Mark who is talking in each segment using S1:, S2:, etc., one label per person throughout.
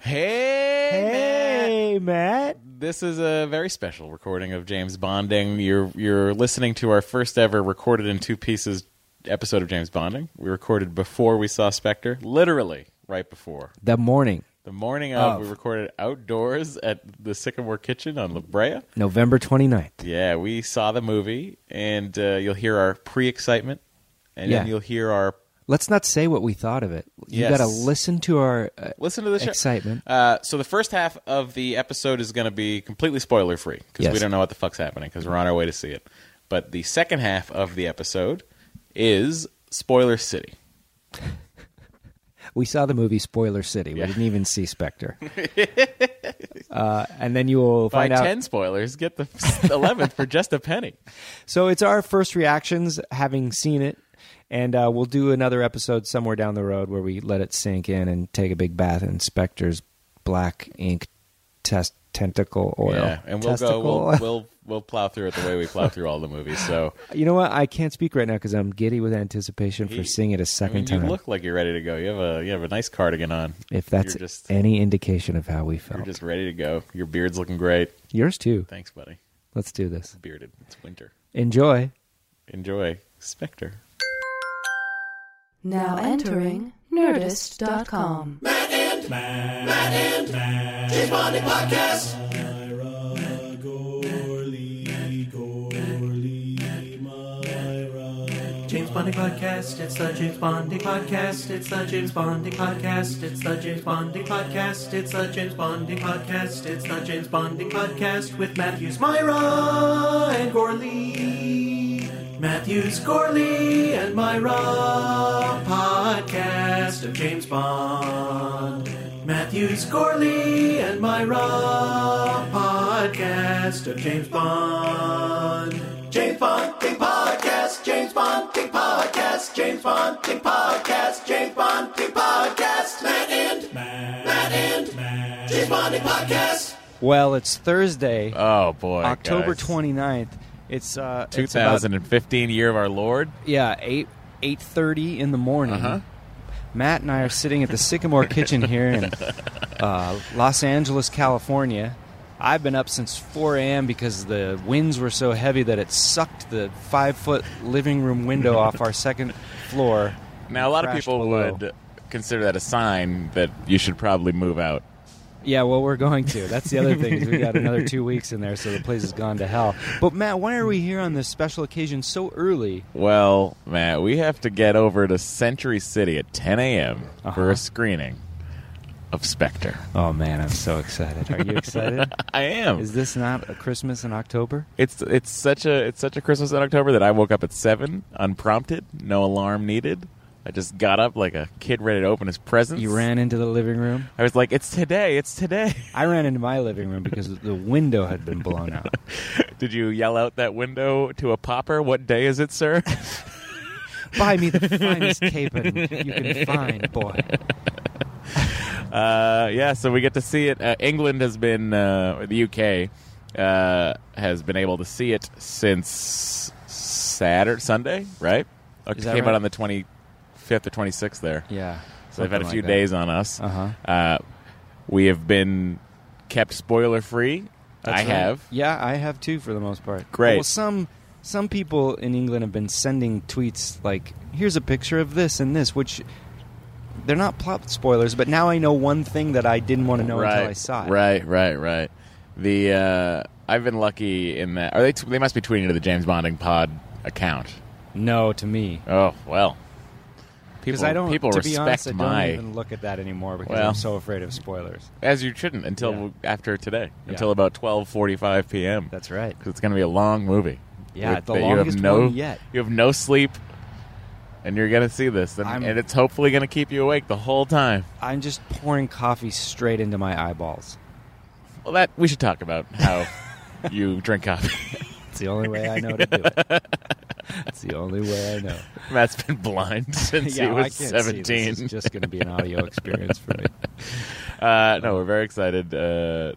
S1: Hey, Matt.
S2: Hey, Matt.
S1: This is a very special recording of James Bonding. You're you're listening to our first ever recorded in two pieces episode of James Bonding. We recorded before we saw Spectre, literally right before.
S2: The morning,
S1: The morning of, we recorded outdoors at the Sycamore Kitchen on La Brea.
S2: November 29th.
S1: Yeah, we saw the movie, and uh, you'll hear our pre-excitement, and then
S2: Yeah.
S1: you'll hear our
S2: Let's not say what we thought of it. You
S1: Yes.
S2: got to listen to our uh,
S1: listen to the show.
S2: excitement.
S1: Uh, so the first half of the episode is going to be completely spoiler free because
S2: Yes.
S1: we don't know what the fuck's happening because we're on our way to see it. But the second half of the episode is spoiler city.
S2: We saw the movie Spoiler City. We didn't even see Spectre. uh, and then you will
S1: Buy
S2: find out.
S1: ten spoilers, get the eleventh for just a penny.
S2: So it's our first reactions having seen it. And uh, we'll do another episode somewhere down the road where we let it sink in and take a big bath in Spectre's black ink test tentacle oil.
S1: Yeah, and we'll
S2: Testicle
S1: go.
S2: oil.
S1: We'll, we'll we'll plow through it the way we plow through all the movies. So
S2: You know what? I can't speak right now because I'm giddy with anticipation
S1: He-
S2: for seeing it a
S1: I mean,
S2: second
S1: you
S2: time.
S1: look like you're ready to go. You have a you have a nice cardigan on.
S2: if that's
S1: you're just
S2: any indication of how we
S1: you're
S2: felt,
S1: just ready to go. Your beard's looking great.
S2: yours too.
S1: Thanks, buddy.
S2: Let's do this.
S1: Bearded. It's winter.
S2: Enjoy.
S1: Enjoy Spectre.
S3: Now entering Nerdist.com.
S4: James Bonding podcast. It's the James Bonding podcast. It's the James Bonding podcast. It's the James Bonding podcast. It's the James Bonding podcast. It's the James Bonding podcast with Matthews, Myra, and Gorley. Matthews, Gorley, and Myra podcast of James Bond. Matthews, Gorley, and Myra podcast of James Bond. James Bond Think Podcast, James Bond Think Podcast, James Bond Think Podcast, James Bond Think Podcast, Matt and Matt, and Matt. James Bond Think Podcast.
S2: Well, it's Thursday,
S1: Oh boy,
S2: October
S1: guys.
S2: twenty 29th. It's uh, it's about-
S1: 2015 year of our Lord.
S2: yeah, eight eight thirty in the morning.
S1: Uh-huh.
S2: Matt and I are sitting at the Sycamore Kitchen here in uh, Los Angeles, California. I've been up since 4 a.m. because the winds were so heavy that it sucked the five foot living room window off our second floor.
S1: Now a lot of
S2: Crashed
S1: people
S2: below.
S1: would uh, consider that a sign that you should probably move out.
S2: Yeah, well, we're going to. That's the other thing is we got another two weeks in there, so the place has gone to hell. But Matt, why are we here on this special occasion so early?
S1: Well, Matt, we have to get over to Century City at 10 a.m.
S2: Uh-huh.
S1: for a screening of Spectre.
S2: Oh man, I'm so excited. Are you excited?
S1: I am.
S2: Is this not a Christmas in October?
S1: It's it's such a it's such a Christmas in October that I woke up at seven, unprompted, no alarm needed. I just got up like a kid ready to open his presents.
S2: You ran into the living room.
S1: I was like, "It's today! It's today!"
S2: I ran into my living room because the window had been blown out.
S1: Did you yell out that window to a popper? What day is it, sir?
S2: Buy me the finest capon you can find, boy.
S1: uh, yeah, so we get to see it. Uh, England has been, uh, or the UK uh, has been able to see it since Saturday, Sunday, right? It
S2: Is
S1: came
S2: that
S1: out
S2: right?
S1: on the twenty fifth or twenty sixth there.
S2: Yeah.
S1: So they've had a
S2: something
S1: few
S2: like that.
S1: days on us.
S2: Uh-huh.
S1: Uh, we have been kept spoiler free. I
S2: That's right.
S1: have.
S2: Yeah, I have too for the most part.
S1: Great.
S2: Well, some some people in England have been sending tweets like, "Here's a picture of this and this," which they're not plot spoilers, but now I know one thing that I didn't want to know
S1: right,
S2: until I saw it.
S1: Right, right, right. The uh, I've been lucky in that. Are they? T- they must be tweeting to the James Bonding Pod account.
S2: No, to me.
S1: Oh well,
S2: Because
S1: people
S2: I don't.
S1: people
S2: to
S1: respect
S2: be honest, I don't
S1: my
S2: even look at that anymore because
S1: Well.
S2: I'm so afraid of spoilers.
S1: as you shouldn't until after today until
S2: Yeah.
S1: about twelve forty five p.m.
S2: That's right.
S1: 'Cause it's going to be a long movie.
S2: Yeah,
S1: With-
S2: the
S1: that
S2: longest
S1: you have no,
S2: one yet.
S1: You have no sleep, and you're going to see this, and,
S2: I'm-
S1: and it's hopefully going to keep you awake the whole time.
S2: I'm just pouring coffee straight into my eyeballs.
S1: Well, that we should talk about how you drink coffee.
S2: It's the only way I know to do it. It's the only way I know.
S1: Matt's been blind since
S2: yeah,
S1: he
S2: I
S1: was
S2: can't See.
S1: seventeen.
S2: This is just going to be an audio experience for me.
S1: Uh, no, we're very excited. Uh,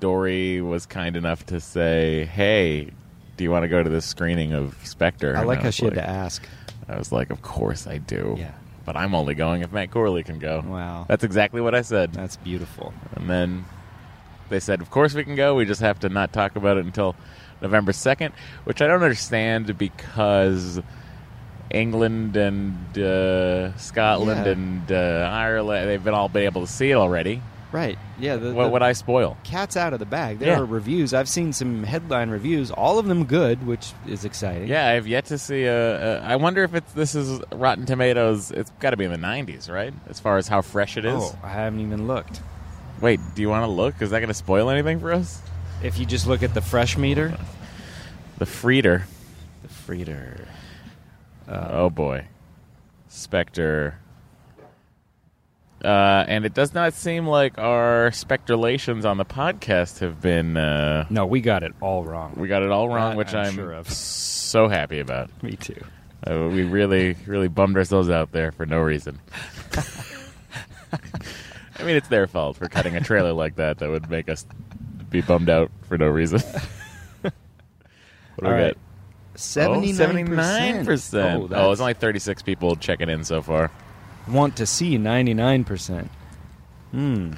S1: Dory was kind enough to say, "Hey, do you want to go to this screening of Spectre?"
S2: I
S1: And
S2: like how
S1: was
S2: she had
S1: like-
S2: to ask.
S1: I was like, "Of course I do."
S2: Yeah.
S1: But I'm only going if Matt Corley can go.
S2: Wow.
S1: That's exactly what I said.
S2: That's beautiful.
S1: And then they said, "Of course we can go. We just have to not talk about it until November 2nd, which I don't understand because England and uh, Scotland
S2: Yeah.
S1: and uh, Ireland—they've been all been able to see it already.
S2: Right. Yeah. The,
S1: what
S2: the
S1: would I spoil?
S2: cat's out of the bag. There
S1: Yeah.
S2: are reviews. I've seen some headline reviews. All of them good, which is exciting.
S1: Yeah, I've yet to see a. a I wonder if it's this is Rotten Tomatoes. It's got to be in the '90s, right? As far as how fresh it is.
S2: Oh, I haven't even looked.
S1: Wait, do you want to look? Is that going to spoil anything for us?
S2: If you just look at the fresh meter,
S1: The Freeter.
S2: the Frieder.
S1: oh boy, Spectre. Uh, and it does not seem like our speculations on the podcast have been. Uh,
S2: No, we got it all wrong.
S1: we got it all wrong,
S2: That
S1: which
S2: I'm
S1: I'm,
S2: sure of.
S1: so happy about.
S2: Me too.
S1: Uh, we really, really bummed ourselves out there for no reason. I mean, it's their fault for cutting a trailer like that that would make us be bummed out for no reason. what do
S2: All
S1: we
S2: right.
S1: got?
S2: Seventy nine
S1: Oh, percent.
S2: percent.
S1: Oh, it's only thirty-six people checking in so far.
S2: want to see ninety nine percent. Hmm.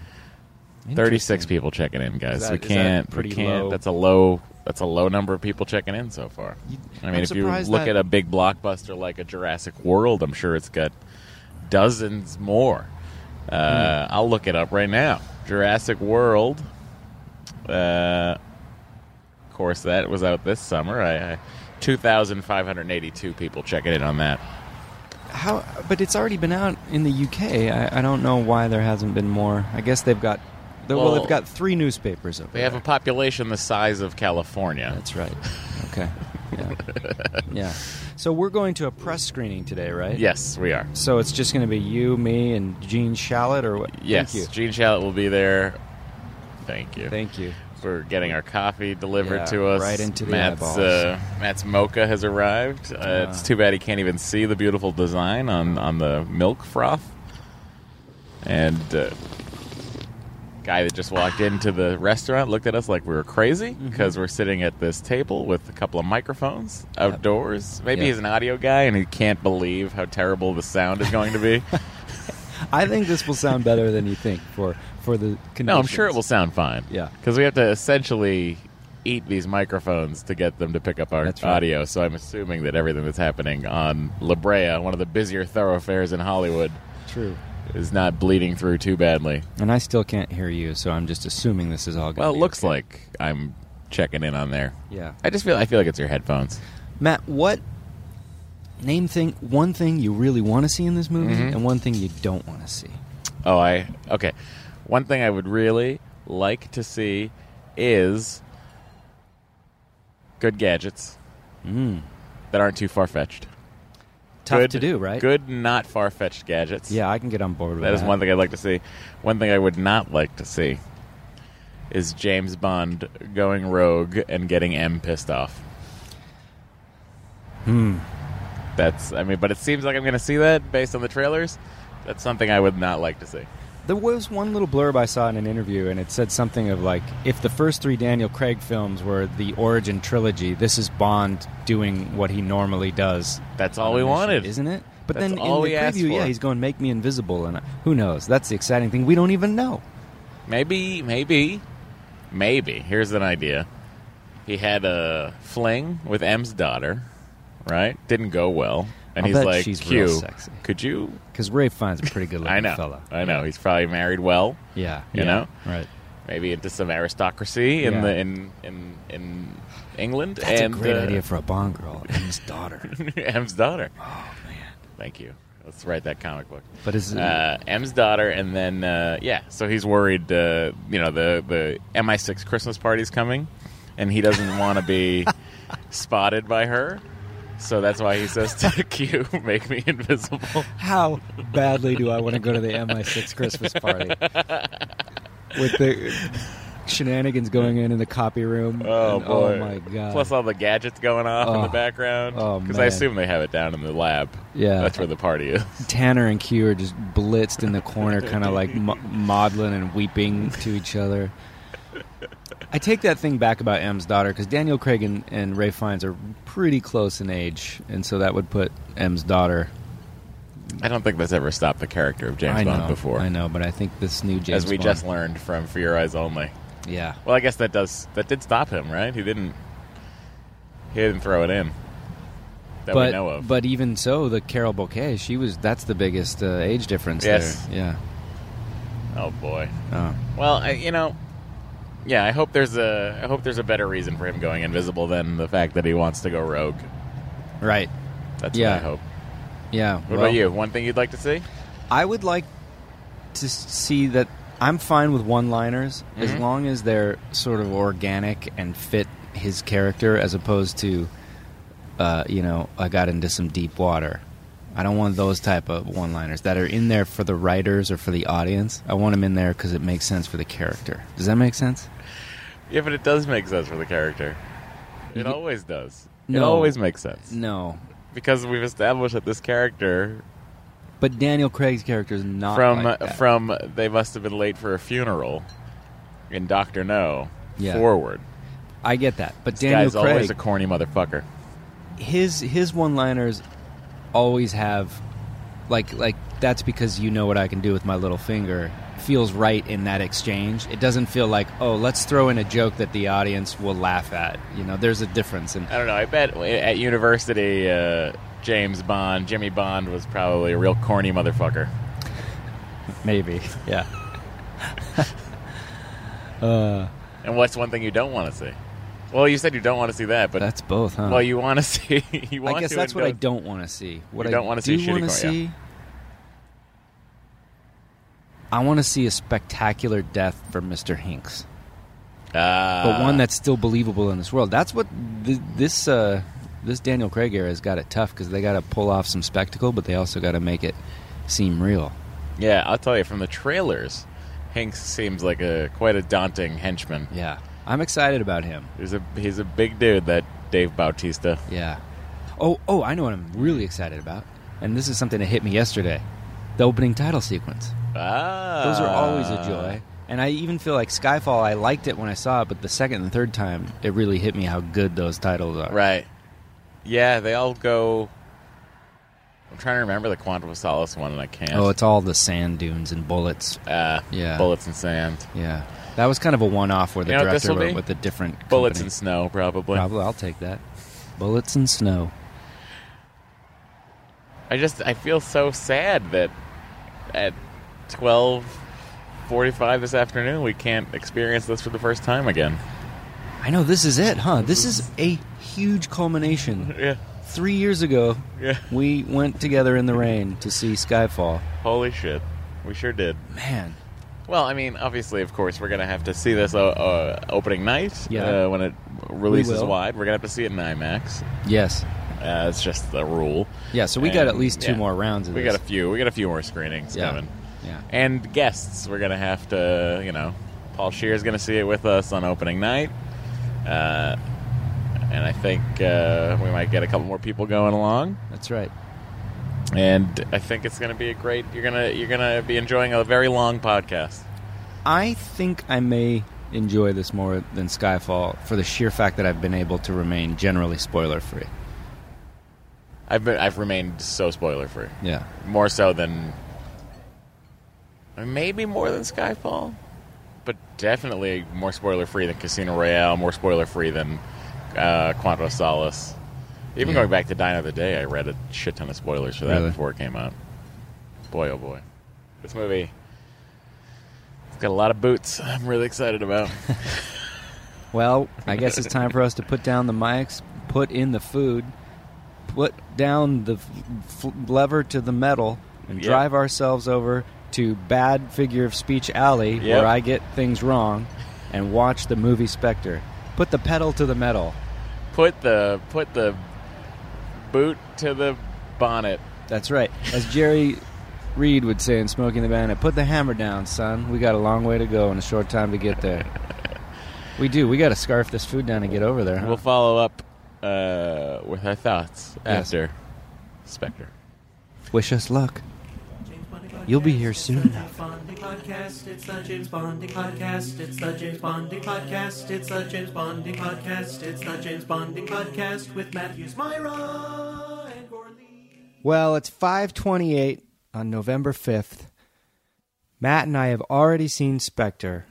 S1: Thirty-six people checking in, guys.
S2: Is that-
S1: we
S2: is that
S1: can't.
S2: pretty
S1: we can't.
S2: low?
S1: That's a low. That's a low number of people checking in so far. I mean,
S2: I'm
S1: if you
S2: surprised
S1: look
S2: that-
S1: at a big blockbuster like a Jurassic World, I'm sure it's got dozens more. Uh, I'll look it up right now. Jurassic World. Uh, of course, that was out this summer. I, I, 2,582 people checking in on that.
S2: How? But it's already been out in the UK. I, I don't know why there hasn't been more. I guess they've got. Well, well
S1: Well,
S2: they've got three newspapers over
S1: They have a
S2: there.
S1: population the size of California.
S2: That's right. Okay. Yeah. yeah. So we're going to a press screening today, right?
S1: yes, we are.
S2: So it's just going to be you, me, and Gene Shalit, or what?
S1: Yes,
S2: Thank you.
S1: Gene Shalit will be there. Thank you.
S2: Thank you.
S1: We're getting our coffee delivered
S2: Yeah,
S1: to us.
S2: right into the
S1: Matt's,
S2: eyeballs.
S1: Uh, Matt's mocha has arrived. Uh, it's too bad he can't even see the beautiful design on, on the milk froth. And uh, guy that just walked into the restaurant looked at us like we were crazy
S2: Mm-hmm.
S1: because we're sitting at this table with a couple of microphones outdoors. Maybe
S2: Yeah.
S1: he's an audio guy and he can't believe how terrible the sound is going to be.
S2: I think this will sound better than you think for for the. Conditions.
S1: No, I'm sure it will sound fine.
S2: Yeah.
S1: Because we have to essentially eat these microphones to get them to pick up our
S2: That's right.
S1: audio. So I'm assuming that everything that's happening on La Brea, one of the busier thoroughfares in Hollywood,
S2: True.
S1: is not bleeding through too badly.
S2: And I still can't hear you, so I'm just assuming this is all. Gonna
S1: Well, it
S2: be
S1: looks
S2: okay.
S1: like I'm checking in on there.
S2: Yeah.
S1: I just feel I feel like it's your headphones.
S2: Matt, what name thing? One thing you really want to see in this movie,
S1: Mm-hmm.
S2: and one thing you don't want to see.
S1: Oh, I okay. One thing I would really like to see is good gadgets
S2: Hmm.
S1: that aren't too far fetched.
S2: Tough
S1: good,
S2: to do, right?
S1: Good, not far fetched gadgets.
S2: Yeah, I can get on board with that.
S1: that is one thing I'd like to see. One thing I would not like to see is James Bond going rogue and getting M pissed off. Hmm.
S2: Hmm.
S1: That's, I mean, but it seems like I'm going to see that based on the trailers. That's something I would not like to see.
S2: There was one little blurb I saw in an interview, and it said something of like, if the first three Daniel Craig films were the origin trilogy, this is Bond doing what he normally does.
S1: That's
S2: on
S1: all
S2: a
S1: we
S2: mission,
S1: wanted.
S2: isn't it? But
S1: That's
S2: then in
S1: all
S2: the
S1: we asked
S2: preview, yeah,
S1: for.
S2: he's going make me invisible, and uh, who knows? That's the exciting thing. We don't even know.
S1: Maybe, maybe, maybe. Here's an idea. He had a fling with M's daughter, right? Didn't go well.
S2: I'll
S1: and he's
S2: bet
S1: like,
S2: she's
S1: "Q,
S2: real sexy."
S1: could you?"
S2: Because Ray Fine's a pretty good looking
S1: I know,
S2: fella.
S1: I know. He's probably married well.
S2: Yeah.
S1: You
S2: yeah,
S1: know?
S2: Right.
S1: maybe into some aristocracy in
S2: Yeah.
S1: the in in in England.
S2: That's
S1: and,
S2: a great
S1: uh,
S2: idea for a Bond girl and his daughter.
S1: M's daughter. Oh man, thank you. Let's write that comic book.
S2: But is it-
S1: uh, M's daughter, and then uh, yeah, so he's worried. Uh, you know, the the MI6 Christmas party's coming, and he doesn't want to be spotted by her. So that's why he says to Q, "Make me invisible."
S2: How badly do I want to go to the MI6 Christmas party with the shenanigans going in in the copy room?
S1: Oh
S2: and,
S1: boy!
S2: Oh my god!
S1: Plus all the gadgets going off in
S2: Oh.
S1: the background.
S2: Oh,
S1: Because I
S2: man.
S1: assume they have it down in the lab.
S2: Yeah.
S1: that's where the party is.
S2: Tanner and Q are just blitzed in the corner, kind of like mo- maudlin and weeping to each other. I take that thing back about M's daughter because Daniel Craig and, and Ray Fiennes are pretty close in age, and so that would put M's daughter.
S1: I don't think that's ever stopped the character of James
S2: I know
S1: Bond before.
S2: I know, but I think this new James
S1: as we
S2: Bond-
S1: just learned from For Your Eyes Only.
S2: yeah,
S1: Well, I guess that does that did stop him, right? He didn't. He didn't throw it in. That
S2: but
S1: we know of.
S2: but even so, the Carol Bouquet, she was that's the biggest uh, age difference.
S1: Yes.
S2: there. yeah.
S1: oh boy.
S2: Oh.
S1: Well, I, you know. Yeah, I hope there's a I hope there's a better reason for him going invisible than the fact that he wants to go rogue.
S2: Right.
S1: That's
S2: Yeah.
S1: what I hope.
S2: Yeah.
S1: What
S2: well-
S1: about you? One thing you'd like to see?
S2: I would like to s- see that I'm fine with one-liners as
S1: Mm-hmm.
S2: long as they're sort of organic and fit his character, as opposed to, uh, you know, I got into some deep water. I don't want those type of one-liners that are in there for the writers or for the audience. I want them in there because it makes sense for the character. Does that make sense?
S1: Yeah, but it does make sense for the character. It always does. It
S2: No.
S1: always makes sense
S2: No,
S1: because we've established that this character
S2: but Daniel Craig's character is not
S1: from uh,
S2: like that.
S1: from they must have been late for a funeral in Doctor No
S2: Yeah.
S1: forward.
S2: I get that, but
S1: This
S2: Daniel
S1: guy's
S2: Craig
S1: always a corny motherfucker.
S2: his his one liners always have like like that's because you know what I can do with my little finger feels right in that exchange. It doesn't feel like, oh, let's throw in a joke that the audience will laugh at. You know, there's a difference and
S1: I don't know. I bet at university, uh, James Bond, Jimmy Bond was probably a real corny motherfucker.
S2: maybe. Yeah.
S1: And what's one thing you don't want to see? Well, you said you don't want to see that, but
S2: That's both, huh?
S1: well, you want to see. You want
S2: I guess
S1: to
S2: that's
S1: and
S2: what I don't want to see. What
S1: You
S2: I
S1: don't wanna see shitty
S2: want to
S1: cor- yeah.
S2: see. I want to see a spectacular death for Mr. Hinks.
S1: Uh,
S2: but one that's still believable in this world. That's what th- this uh, this Daniel Craig era has got it tough because they got to pull off some spectacle, but they also got to make it seem real.
S1: yeah, I'll tell you from the trailers, Hanks seems like a quite a daunting henchman.
S2: Yeah, I'm excited about him.
S1: He's a he's a big dude. That Dave Bautista.
S2: Yeah. Oh, oh, I know what I'm really excited about, and this is something that hit me yesterday: the opening title sequence.
S1: Ah,
S2: Those are always a joy. And I even feel like Skyfall. I liked it when I saw it, but the second and third time, it really hit me how good those titles are.
S1: Right. Yeah, they all go. I'm trying to remember the Quantum of Solace one, and I can't.
S2: Oh, it's all the sand dunes and bullets.
S1: uh,
S2: Yeah.
S1: bullets and sand,
S2: Yeah, that was kind of a one-off where the
S1: You know what this
S2: director
S1: will
S2: went
S1: be?
S2: with a different
S1: bullets
S2: company.
S1: and snow, probably.
S2: Probably, I'll take that. Bullets and snow.
S1: I just I feel so sad that at 12:45 this afternoon we can't experience this for the first time again.
S2: I know this is it, huh? This is a huge culmination.
S1: Yeah.
S2: Three years ago,
S1: Yeah.
S2: we went together in the rain to see Skyfall.
S1: Holy shit, we sure did.
S2: Man,
S1: Well, I mean, obviously, of course, we're gonna have to see this uh, uh, opening night
S2: Yeah.
S1: uh, when it releases
S2: will.
S1: wide. We're gonna have to see it in IMAX.
S2: yes,
S1: Uh, it's just the rule.
S2: yeah. So we got
S1: And,
S2: at least two
S1: yeah.
S2: more rounds of
S1: We
S2: this.
S1: got a few. We got a few more screenings
S2: yeah.
S1: coming,
S2: Yeah,
S1: and guests. We're gonna have to, you know, Paul Shear's gonna see it with us on opening night, uh, and I think uh, we might get a couple more people going along.
S2: that's right.
S1: And I think it's gonna be a great. You're gonna you're gonna be enjoying a very long podcast.
S2: I think I may enjoy this more than Skyfall for the sheer fact that I've been able to remain generally spoiler-free.
S1: I've been I've remained so spoiler free.
S2: Yeah.
S1: more so than maybe more than Skyfall, but definitely more spoiler free than Casino Royale, more spoiler free than uh, Quantum of Solace, Even going back to Dino of the Day, I read a shit ton of spoilers for that
S5: Really?
S1: before it came out. Boy, oh boy. This movie. It's got a lot of boots I'm really excited about.
S5: Well, I guess it's time for us to put down the mics, put in the food, put down the f- f- lever to the metal, and
S1: Yep.
S5: drive ourselves over to Bad Figure of Speech Alley,
S1: Yep.
S5: where I get things wrong, and watch the movie Spectre. Put the pedal to the metal.
S1: put the put the boot to the bonnet.
S5: That's right. As Jerry Reed would say in Smoking the Bandit, put the hammer down, son. We got a long way to go and a short time to get there. we do. We got to scarf this food down and get over there. Huh?
S1: We'll follow up uh, with our thoughts
S5: Yes.
S1: after Spectre.
S5: Wish us luck.
S4: James Bonding Podcast.
S5: You'll be here
S4: It's
S5: soon
S4: the
S5: enough.
S4: James Bonding Podcast. It's the James Bonding Podcast. It's the James Bonding Podcast. It's the James Bonding Podcast. It's the James Bonding Podcast with Matthews, Myra, and Gorley.
S5: Well, it's 5:28 on November 5th. Matt and I have already seen Spectre,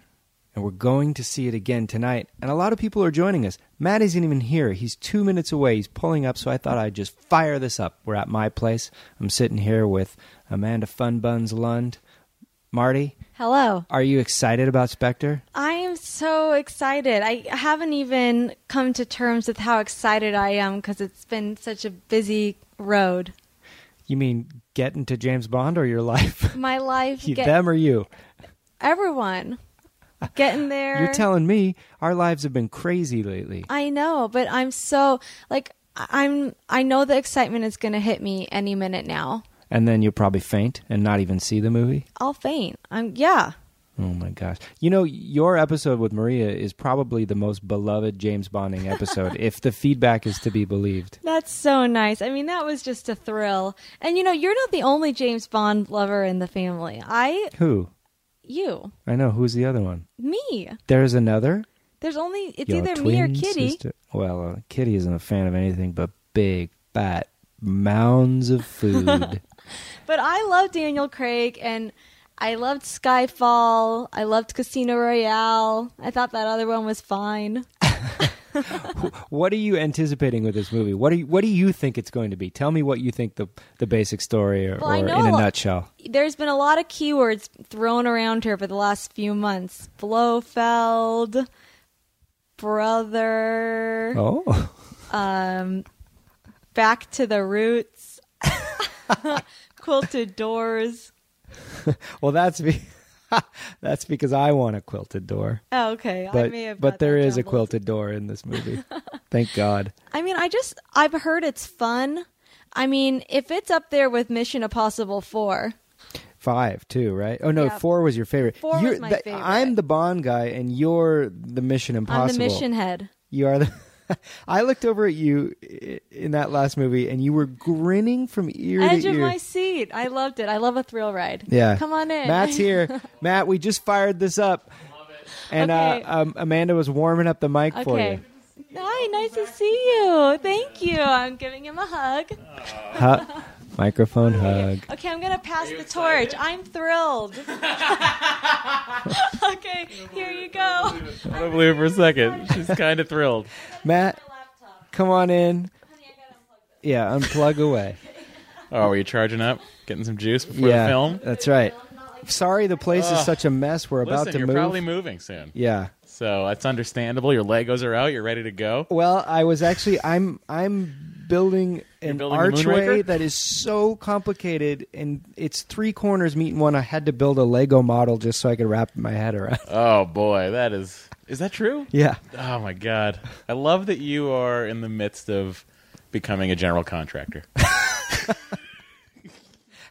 S5: and we're going to see it again tonight. And a lot of people are joining us. Matt isn't even here. He's 2 minutes away. He's pulling up, so I thought I'd just fire this up. We're at my place. I'm sitting here with Amanda Funbuns Lund. Marty,
S6: Hello.
S5: are you excited about Spectre?
S6: I am so excited. I haven't even come to terms with how excited I am because it's been such a busy road.
S5: You mean getting to James Bond or your life?
S6: My life,
S5: You-
S6: get-
S5: Them or you?
S6: everyone getting there.
S5: You're telling me our lives have been crazy lately.
S6: I know, but I'm so like I- I'm. I know the excitement is going to hit me any minute now.
S5: and then you'll probably faint and not even see the movie.
S6: I'll faint. I'm yeah.
S5: Oh my gosh. You know, your episode with Maria is probably the most beloved James Bonding episode, if the feedback is to be believed.
S6: That's so nice. I mean, that was just a thrill. And you know, you're not the only James Bond lover in the family. I,
S5: Who?
S6: you,
S5: I know. Who's the other one?
S6: me.
S5: There's another?
S6: There's only it's
S5: Your
S6: either me or
S5: twin
S6: Kitty.
S5: sister- Well, uh, Kitty isn't a fan of anything but big, fat mounds of food.
S6: But I love Daniel Craig and I loved Skyfall. I loved Casino Royale. I thought that other one was fine.
S5: what are you anticipating with this movie? What, are you, what do you think it's going to be? Tell me what you think the, the basic story or,
S6: Well,
S5: or
S6: I
S5: in
S6: know a
S5: a
S6: lot-
S5: nutshell.
S6: There's been a lot of keywords thrown around here for the last few months. Blofeld, brother,
S5: Oh.
S6: um, back to the roots, quilted doors.
S5: Well, that's be- that's because I want a quilted door.
S6: Oh, okay, I
S5: But
S6: may have.
S5: but
S6: got
S5: there
S6: that
S5: is a
S6: jumbled.
S5: quilted door in this movie. Thank God.
S6: I mean, I just I've heard it's fun. I mean, if it's up there with Mission Impossible 4,
S5: Five too, right? Oh no,
S6: Yeah.
S5: four was your favorite.
S6: Four was
S5: you're,
S6: my
S5: that-
S6: favorite.
S5: I'm the Bond guy, and you're the Mission Impossible.
S6: I'm the mission head.
S5: You are the. I looked over at you i- in that last movie, and you were grinning from ear
S6: Edge
S5: to
S6: of
S5: ear.
S6: my seat. I loved it. I love a thrill ride.
S5: yeah,
S6: Come on in.
S5: Matt's here. Matt, we just fired this up, and
S6: Okay.
S5: uh, um, Amanda was warming up the mic for
S6: Okay.
S5: you.
S6: Hi, nice to see you. Thank you. I'm giving him a hug.
S5: Microphone hug.
S6: Okay, I'm going to pass the torch. I'm thrilled. okay, here you go.
S1: I don't believe it for a second. She's kind of thrilled.
S5: Matt, come on in.
S6: Honey, I gotta unplug this.
S5: Yeah, unplug away.
S1: Oh, were you charging up? Getting some juice before
S5: yeah,
S1: the film?
S5: that's right. Sorry, the place is such a mess. We're about
S1: Listen,
S5: to
S1: you're
S5: move.
S1: probably moving soon.
S5: yeah.
S1: So that's understandable. Your Legos are out. You're ready to go.
S5: Well, I was actually I'm I'm building an
S1: building the
S5: archway
S1: Moonraker?
S5: that is so complicated, and it's three corners meeting one. I had to build a Lego model just so I could wrap my head around.
S1: Oh, boy. That is. Is that true?
S5: yeah.
S1: Oh, my God. I love that you are in the midst of becoming a general contractor.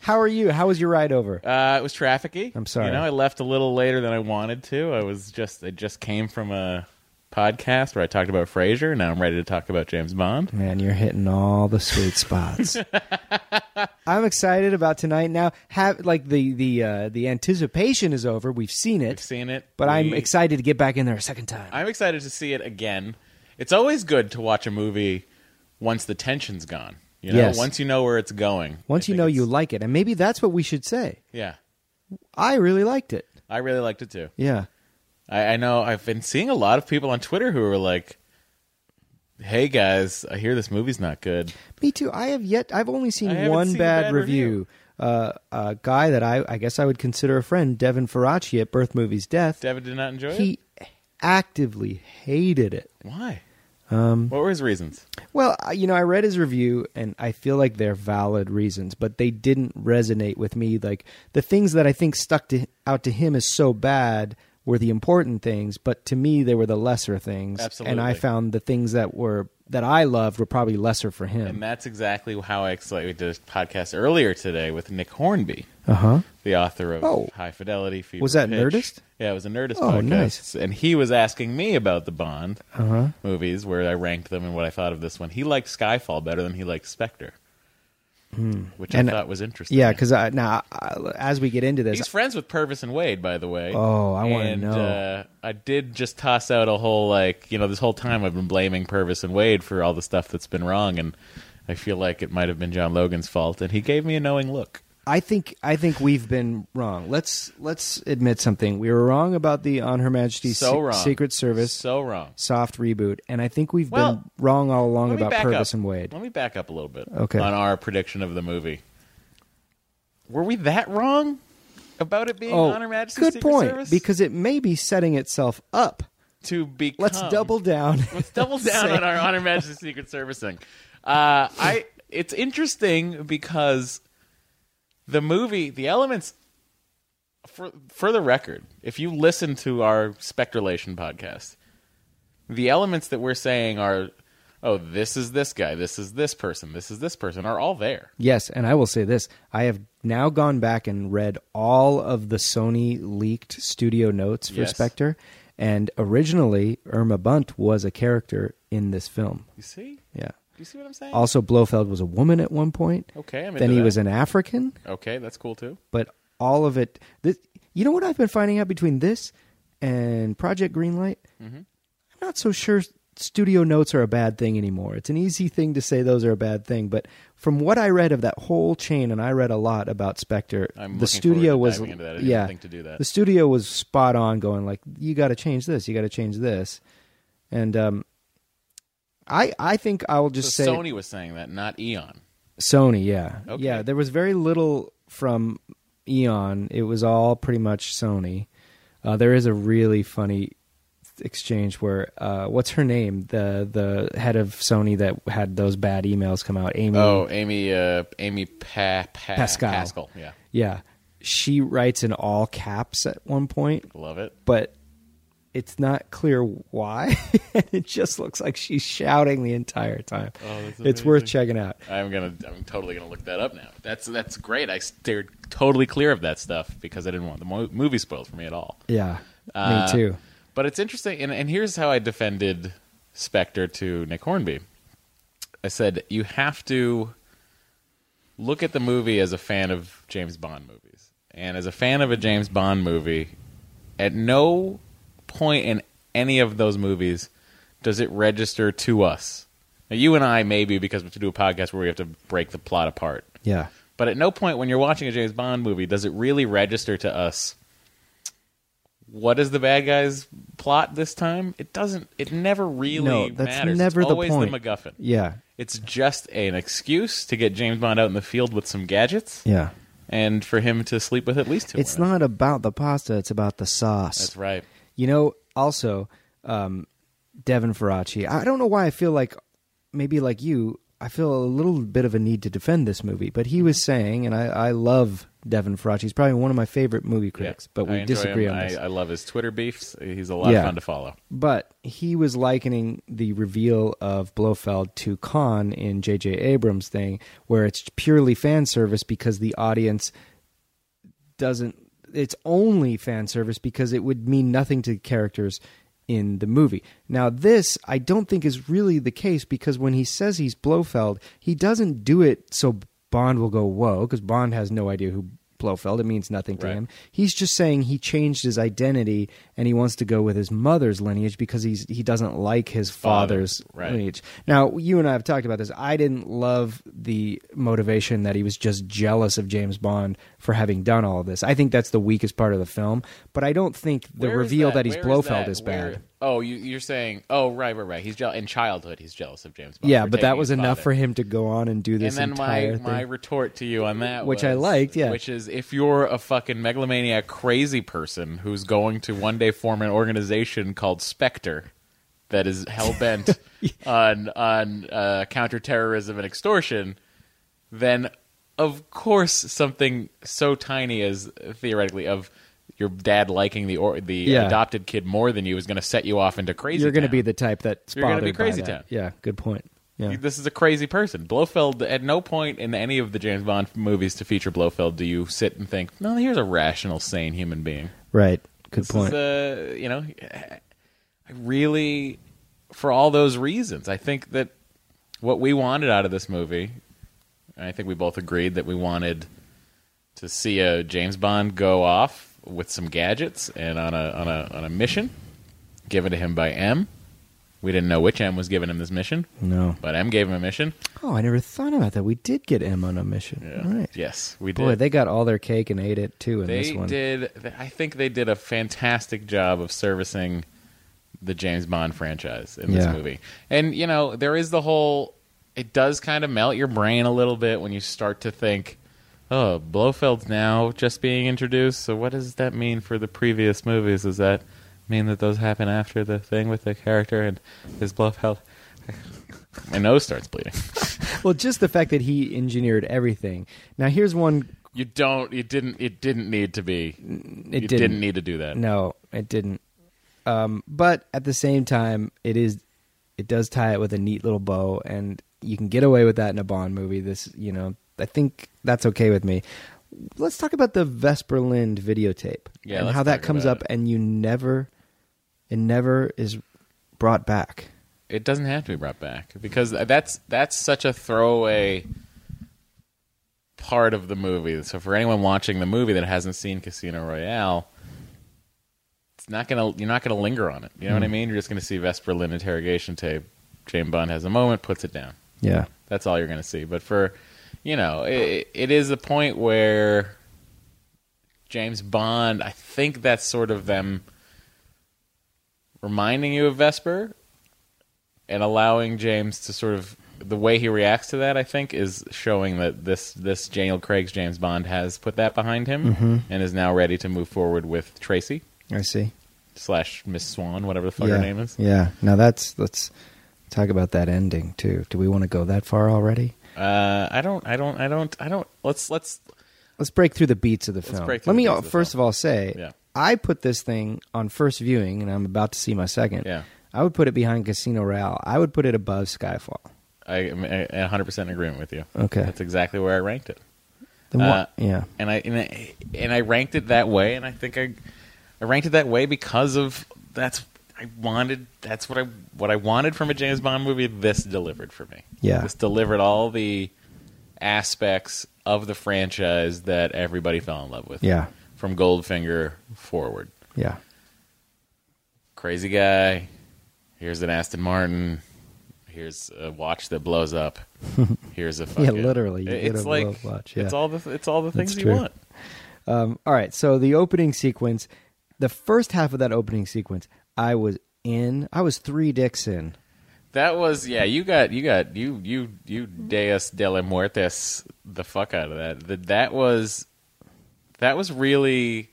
S5: How are you? How was your ride over?
S1: Uh, it was trafficy.
S5: I'm sorry.
S1: You know, I left a little later than I wanted to. I was just I just came from a podcast where I talked about Frasier. Now I'm ready to talk about James Bond.
S5: Man, you're hitting all the sweet spots. I'm excited about tonight. Now, have like the the uh, the anticipation is over. We've seen it,
S1: I've seen it,
S5: but I'm
S1: We-
S5: excited to get back in there a second time.
S1: I'm excited to see it again. It's always good to watch a movie once the tension's gone. You know,
S5: Yes.
S1: once you know where it's going.
S5: Once
S1: I
S5: you
S1: think
S5: know you
S1: it's-
S5: like it, and maybe that's what we should say.
S1: yeah.
S5: I really liked it.
S1: I really liked it too.
S5: Yeah.
S1: I, I know I've been seeing a lot of people on Twitter who are like, hey guys, I hear this movie's not good.
S5: Me too. I have yet. I've only
S1: I
S5: seen
S1: haven't
S5: one
S1: seen a
S5: bad,
S1: bad
S5: review.
S1: review.
S5: Uh, a guy that I, I guess I would consider a friend, Devin Faraci at Birth Movies Death.
S1: David did not enjoy it.
S5: he actively hated it.
S1: Why? Um, what were his reasons?
S5: Well, I- you know, I read his review and I feel like they're valid reasons, but they didn't resonate with me. Like the things that I think stuck to, out to him as so bad were the important things, but to me they were the lesser things. And I
S1: Absolutely.
S5: found the things that were that I loved were probably lesser for
S1: And
S5: him.
S1: that's exactly how I explained. We did a podcast earlier today with Nick Hornby,
S5: Uh huh.
S1: the author of
S5: Oh.
S1: High Fidelity. Fever
S5: Was that
S1: Pitch.
S5: Nerdist?
S1: Yeah, it was a Nerdist
S5: Oh,
S1: podcast.
S5: nice. Uh-huh.
S1: And he was asking me about the Bond movies, where I ranked them and what I thought of this one. He liked Skyfall better than he liked Spectre, which
S5: Hmm. And,
S1: I thought was interesting.
S5: Yeah, because now I, as we get into this,
S1: He's friends with Purvis and Wade, by the way.
S5: Oh, I wanna
S1: And,
S5: know.
S1: Uh, I did just toss out a whole like you know this whole time I've been blaming Purvis and Wade for all the stuff that's been wrong, and I feel like it might have been John Logan's fault, and he gave me a knowing look.
S5: I think I think we've been wrong. Let's let's admit something. We were wrong about the On Her Majesty's
S1: so
S5: Se-
S1: wrong,
S5: Secret Service
S1: so wrong.
S5: soft reboot, and I think we've
S1: Well,
S5: been wrong all along
S1: Let me
S5: about
S1: back
S5: Purvis
S1: up.
S5: and Wade.
S1: Let me back up a little bit.
S5: Okay.
S1: On our prediction of the movie, were we that wrong about it being
S5: Oh,
S1: Honor Majesty's
S5: good
S1: Secret
S5: point.
S1: Service?
S5: Because it may be setting itself up.
S1: to become
S5: Let's double down.
S1: Let's double down
S5: Say-
S1: on our Honor Majesty's Secret Service thing. Uh, I it's interesting because the movie, the elements for for the record, if you listen to our Spectralation podcast, the elements that we're saying are oh, this is this guy, this is this person, this is this person are all there.
S5: Yes, and I will say this: I have now gone back and read all of the Sony leaked studio notes for
S1: Yes.
S5: Spectre, and originally Irma Bunt was a character in this film.
S1: You see? Do
S5: Yeah.
S1: you see what I'm saying?
S5: Also, Blofeld was a woman at one point.
S1: Okay, I'm
S5: Then
S1: into
S5: he
S1: that.
S5: was an African,
S1: okay, that's cool too.
S5: but all of it. This, you know what I've been finding out between this and Project Greenlight?
S1: Mm-hmm.
S5: I'm not so sure studio notes are a bad thing anymore. It's an easy thing to say those are a bad thing, but from what I read of that whole chain, and I read a lot about Spectre,
S1: I'm
S5: the
S1: looking
S5: studio
S1: forward to
S5: was
S1: diving into that. I didn't
S5: yeah,
S1: think to do that.
S5: the studio was spot on, going like, you got to change this, you got to change this, and um, I I think I will just
S1: So
S5: say
S1: Sony was saying that, not Eon.
S5: Sony, yeah.
S1: Okay.
S5: Yeah, there was very little from Eon. It was all pretty much Sony. Uh, there is a really funny exchange where uh, what's her name? The the head of Sony that had those bad emails come out, Amy
S1: Oh, Amy, uh, Amy pa- pa-
S5: Pascal.
S1: Pascal. Yeah,
S5: Yeah. She writes in all caps at one point,
S1: love it.
S5: but it's not clear why. it just looks like she's shouting the entire time.
S1: Oh,
S5: it's worth checking out.
S1: I'm gonna, I'm totally gonna look that up now. That's that's great. I steered totally clear of that stuff because I didn't want the mo- movie spoiled for me at all.
S5: Yeah.
S1: Uh,
S5: me too.
S1: But it's interesting, and, and here's how I defended Spectre to Nick Hornby. I said you have to look at the movie as a fan of James Bond movies, and as a fan of a James Bond movie, at no point in any of those movies does it register to us. Now, you and I maybe because we have to do a podcast where we have to break the plot apart.
S5: Yeah.
S1: But at no point when you're watching a James Bond movie does it really register to us what is the bad guy's plot this time. It doesn't. It never really
S5: no, that's
S1: matters.
S5: never
S1: it's
S5: the
S1: always
S5: point.
S1: the MacGuffin.
S5: Yeah,
S1: It's just an excuse to get James Bond out in the field with some gadgets
S5: yeah.
S1: and for him to sleep with at least two.
S5: It's
S1: women.
S5: not about the pasta; it's about the sauce.
S1: That's right.
S5: You know. Also, um, Devin Faraci. I don't know why I feel like maybe like you. I feel a little bit of a need to defend this movie, but he was saying, and I, I love Devin Faraci. He's probably one of my favorite movie critics,
S1: Yeah.
S5: but
S1: I
S5: we
S1: enjoy
S5: disagree
S1: him.
S5: on this.
S1: I, I love his Twitter beefs. He's a lot
S5: Yeah.
S1: of fun to follow.
S5: But he was likening the reveal of Blofeld to Khan in J.J. Abrams' thing, where it's purely fan service because the audience doesn't. It's only fan service because it would mean nothing to the characters in the movie. Now, this I don't think is really the case because when he says he's Blofeld, he doesn't do it so Bond will go whoa because Bond has no idea who Blofeld. It means nothing to
S1: Right.
S5: him. He's just saying he changed his identity and he wants to go with his mother's lineage because he's he doesn't like his
S1: Father,
S5: father's
S1: right.
S5: lineage. Now, you and I have talked about this. I didn't love the motivation that he was just jealous of James Bond for having done all this. I think that's the weakest part of the film, but I don't think the
S1: Where is
S5: reveal that, he's
S1: Where
S5: Blofeld is,
S1: that?
S5: bad.
S1: Where- oh, you, you're saying? Oh, right, right, right. He's jealous in childhood. He's jealous of James Bond.
S5: yeah,
S1: for
S5: but that
S1: taking
S5: was
S1: his
S5: enough
S1: father.
S5: for him to go on and do this
S1: and then my,
S5: entire thing.
S1: my retort to you on that
S5: Which I
S1: was-
S5: liked, yeah.
S1: which is if you're a fucking megalomaniac crazy person who's going to one day form an organization called spectre that is hell-bent on on uh, counterterrorism and extortion then of course something so tiny as theoretically of your dad liking the or, the
S5: Yeah.
S1: adopted kid more than you is going to set you off into crazy
S5: You're going to
S1: town.
S5: be the type that's
S1: You're gonna
S5: bothered
S1: be crazy
S5: by that.
S1: town.
S5: Yeah, good point. Yeah.
S1: This is a crazy person. Blofeld, at no point in any of the James Bond movies to feature Blofeld do you sit and think, no, here's a rational, sane human being.
S5: Right. Good
S1: This
S5: point.
S1: is, uh, you know, I really, for all those reasons, I think that what we wanted out of this movie, and I think we both agreed that we wanted to see a James Bond go off with some gadgets and on a on a on a mission given to him by M. We didn't know which M was giving him this mission,
S5: no.
S1: but M gave him a mission.
S5: Oh, I never thought about that. We did get M on a mission. Right.
S1: Yes, we did.
S5: Boy, they got all their cake and ate it too in
S1: They
S5: this one.
S1: did. th- I think they did a fantastic job of servicing the James Bond franchise in
S5: Yeah.
S1: this movie. And you know, there is the whole. It does kind of melt your brain a little bit when you start to think, "Oh, Blofeld's now just being introduced. So what does that mean for the previous movies? Does that mean that those happen after the thing with the character and is Blofeld?" My nose starts bleeding.
S5: Well, just the fact that he engineered everything. Now, here's one.
S1: You don't. You didn't. It didn't need to be.
S5: It
S1: you
S5: didn't.
S1: need to do that.
S5: No, it didn't. Um, but at the same time, it is. It does tie it with a neat little bow, and you can get away with that in a Bond movie. This, you know, I think that's okay with me. Let's talk about the Vesper Lind videotape
S1: Yeah,
S5: and
S1: let's
S5: how that
S1: talk
S5: comes
S1: about
S5: up, and you never, it never is brought back.
S1: it doesn't have to be brought back because that's that's such a throwaway part of the movie. So for anyone watching the movie that hasn't seen Casino Royale, it's not gonna you're not gonna linger on it. You know what I mean? You're just gonna see Vesper Lynn interrogation tape. James Bond has a moment, puts it down.
S5: Yeah,
S1: That's all you're going to see. But for, you know, it, it is a point where James Bond, I think that's sort of them reminding you of Vesper and allowing James to sort of the way he reacts to that, I think, is showing that this this Daniel Craig's James Bond has put that behind him and is now ready to move forward with Tracy
S5: I see.
S1: slash Miss Swan, whatever the fuck
S5: yeah.
S1: her name is.
S5: Yeah. Now that's let's talk about that ending too. Do we want to go that far already?
S1: Uh, I don't, I don't, I don't, I don't. Let's let's
S5: Let's break through the beats of the film.
S1: break through
S5: Let
S1: the
S5: me
S1: beats
S5: all,
S1: of the
S5: first
S1: film.
S5: of all say
S1: Yeah.
S5: I put this thing on first viewing, and I'm about to see my second.
S1: Yeah.
S5: I would put it behind Casino Royale. I would put it above Skyfall.
S1: I am a- a 100% in agreement with you.
S5: Okay.
S1: That's exactly where I ranked it.
S5: The one-
S1: Uh,
S5: yeah.
S1: And I, and I and I ranked it that way and I think I I ranked it that way because of that's I wanted that's what I what I wanted from a James Bond movie this delivered for me.
S5: Yeah.
S1: This delivered all the aspects of the franchise that everybody fell in love with.
S5: Yeah.
S1: From Goldfinger forward.
S5: Yeah.
S1: Crazy guy. Here's an Aston Martin. Here's a watch that blows up. Here's a fucking
S5: literally, you
S1: It-
S5: get
S1: It's
S5: a
S1: like
S5: blow-up watch, yeah.
S1: it's all the it's all the things
S5: That's
S1: you
S5: true.
S1: want.
S5: Um, all right. So the opening sequence, the first half of that opening sequence, I was in. I was three dicks in.
S1: That was yeah. You got you got you you you Deus de la Muertes the fuck out of that. That that was that was really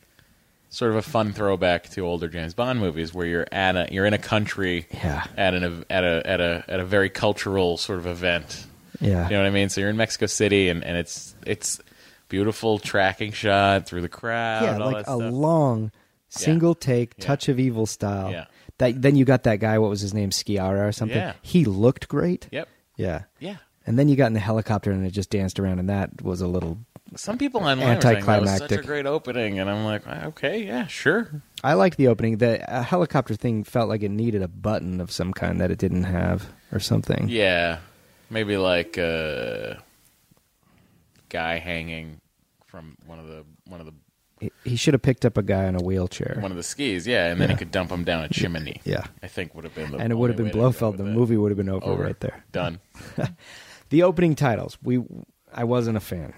S1: sort of a fun throwback to older James Bond movies where you're at a you're in a country
S5: Yeah.
S1: at an at a at a at a very cultural sort of event
S5: Yeah.
S1: You know what I mean? So you're in Mexico City, and, and it's it's beautiful tracking shot through the crowd.
S5: yeah,
S1: all
S5: like a
S1: that stuff.
S5: long single take, touch of evil style.
S1: Yeah.
S5: That then you got that guy. What was his name? Sciara or something.
S1: Yeah.
S5: He looked great.
S1: Yep.
S5: Yeah.
S1: Yeah.
S5: And then you got in the helicopter and it just danced around, and that was a little.
S1: Some people online were saying that was such a
S5: Anticlimactic.
S1: great opening, and I'm like, "Uh, okay, yeah, sure.
S5: I liked the opening. The uh, helicopter thing felt like it needed a button of some kind that it didn't have, or something.
S1: Yeah, maybe like a guy hanging from one of the one of the
S5: He, he should have picked up a guy in a wheelchair.
S1: one of the skis. Yeah, and then he could dump him down a chimney.
S5: Yeah.
S1: I think would have been the
S5: and it would have
S1: only
S5: been
S1: way to go
S5: Blofeld.
S1: with
S5: The
S1: that.
S5: movie would have been over,
S1: Over.
S5: right there.
S1: done.
S5: The opening titles. We, I wasn't a fan.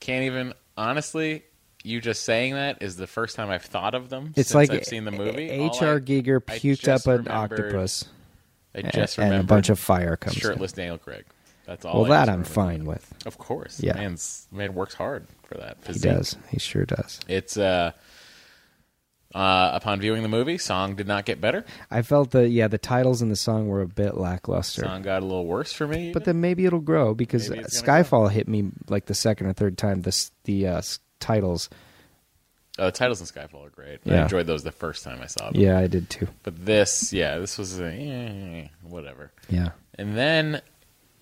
S1: Can't even. honestly, you just saying that is the first time I've thought of them
S5: It's like
S1: since I've seen the movie. All
S5: H.R.
S1: I-
S5: Giger
S1: I
S5: puked up
S1: just
S5: an
S1: remembered-
S5: octopus,
S1: I
S5: and-
S1: just
S5: and,
S1: remembered
S5: a bunch of fire comes. in.
S1: shirtless Daniel Craig. That's all.
S5: Well,
S1: I
S5: that
S1: just
S5: I'm
S1: remember.
S5: fine with.
S1: Of course,
S5: Yeah.
S1: man's man works hard for that.
S5: He
S1: Physique.
S5: does. He sure does.
S1: It's uh, uh, upon viewing the movie, song did not get better.
S5: I felt the yeah the titles in the song were a bit lackluster.
S1: Song got a little worse for me.
S5: But then maybe it'll grow because
S1: Maybe it's gonna
S5: Skyfall hit me like the second or third time. This the uh, s- titles.
S1: uh, the titles in Skyfall are great. I
S5: Yeah.
S1: enjoyed those the first time I saw them.
S5: Yeah, I did too.
S1: But this, yeah, this was a, eh, whatever.
S5: Yeah.
S1: And then,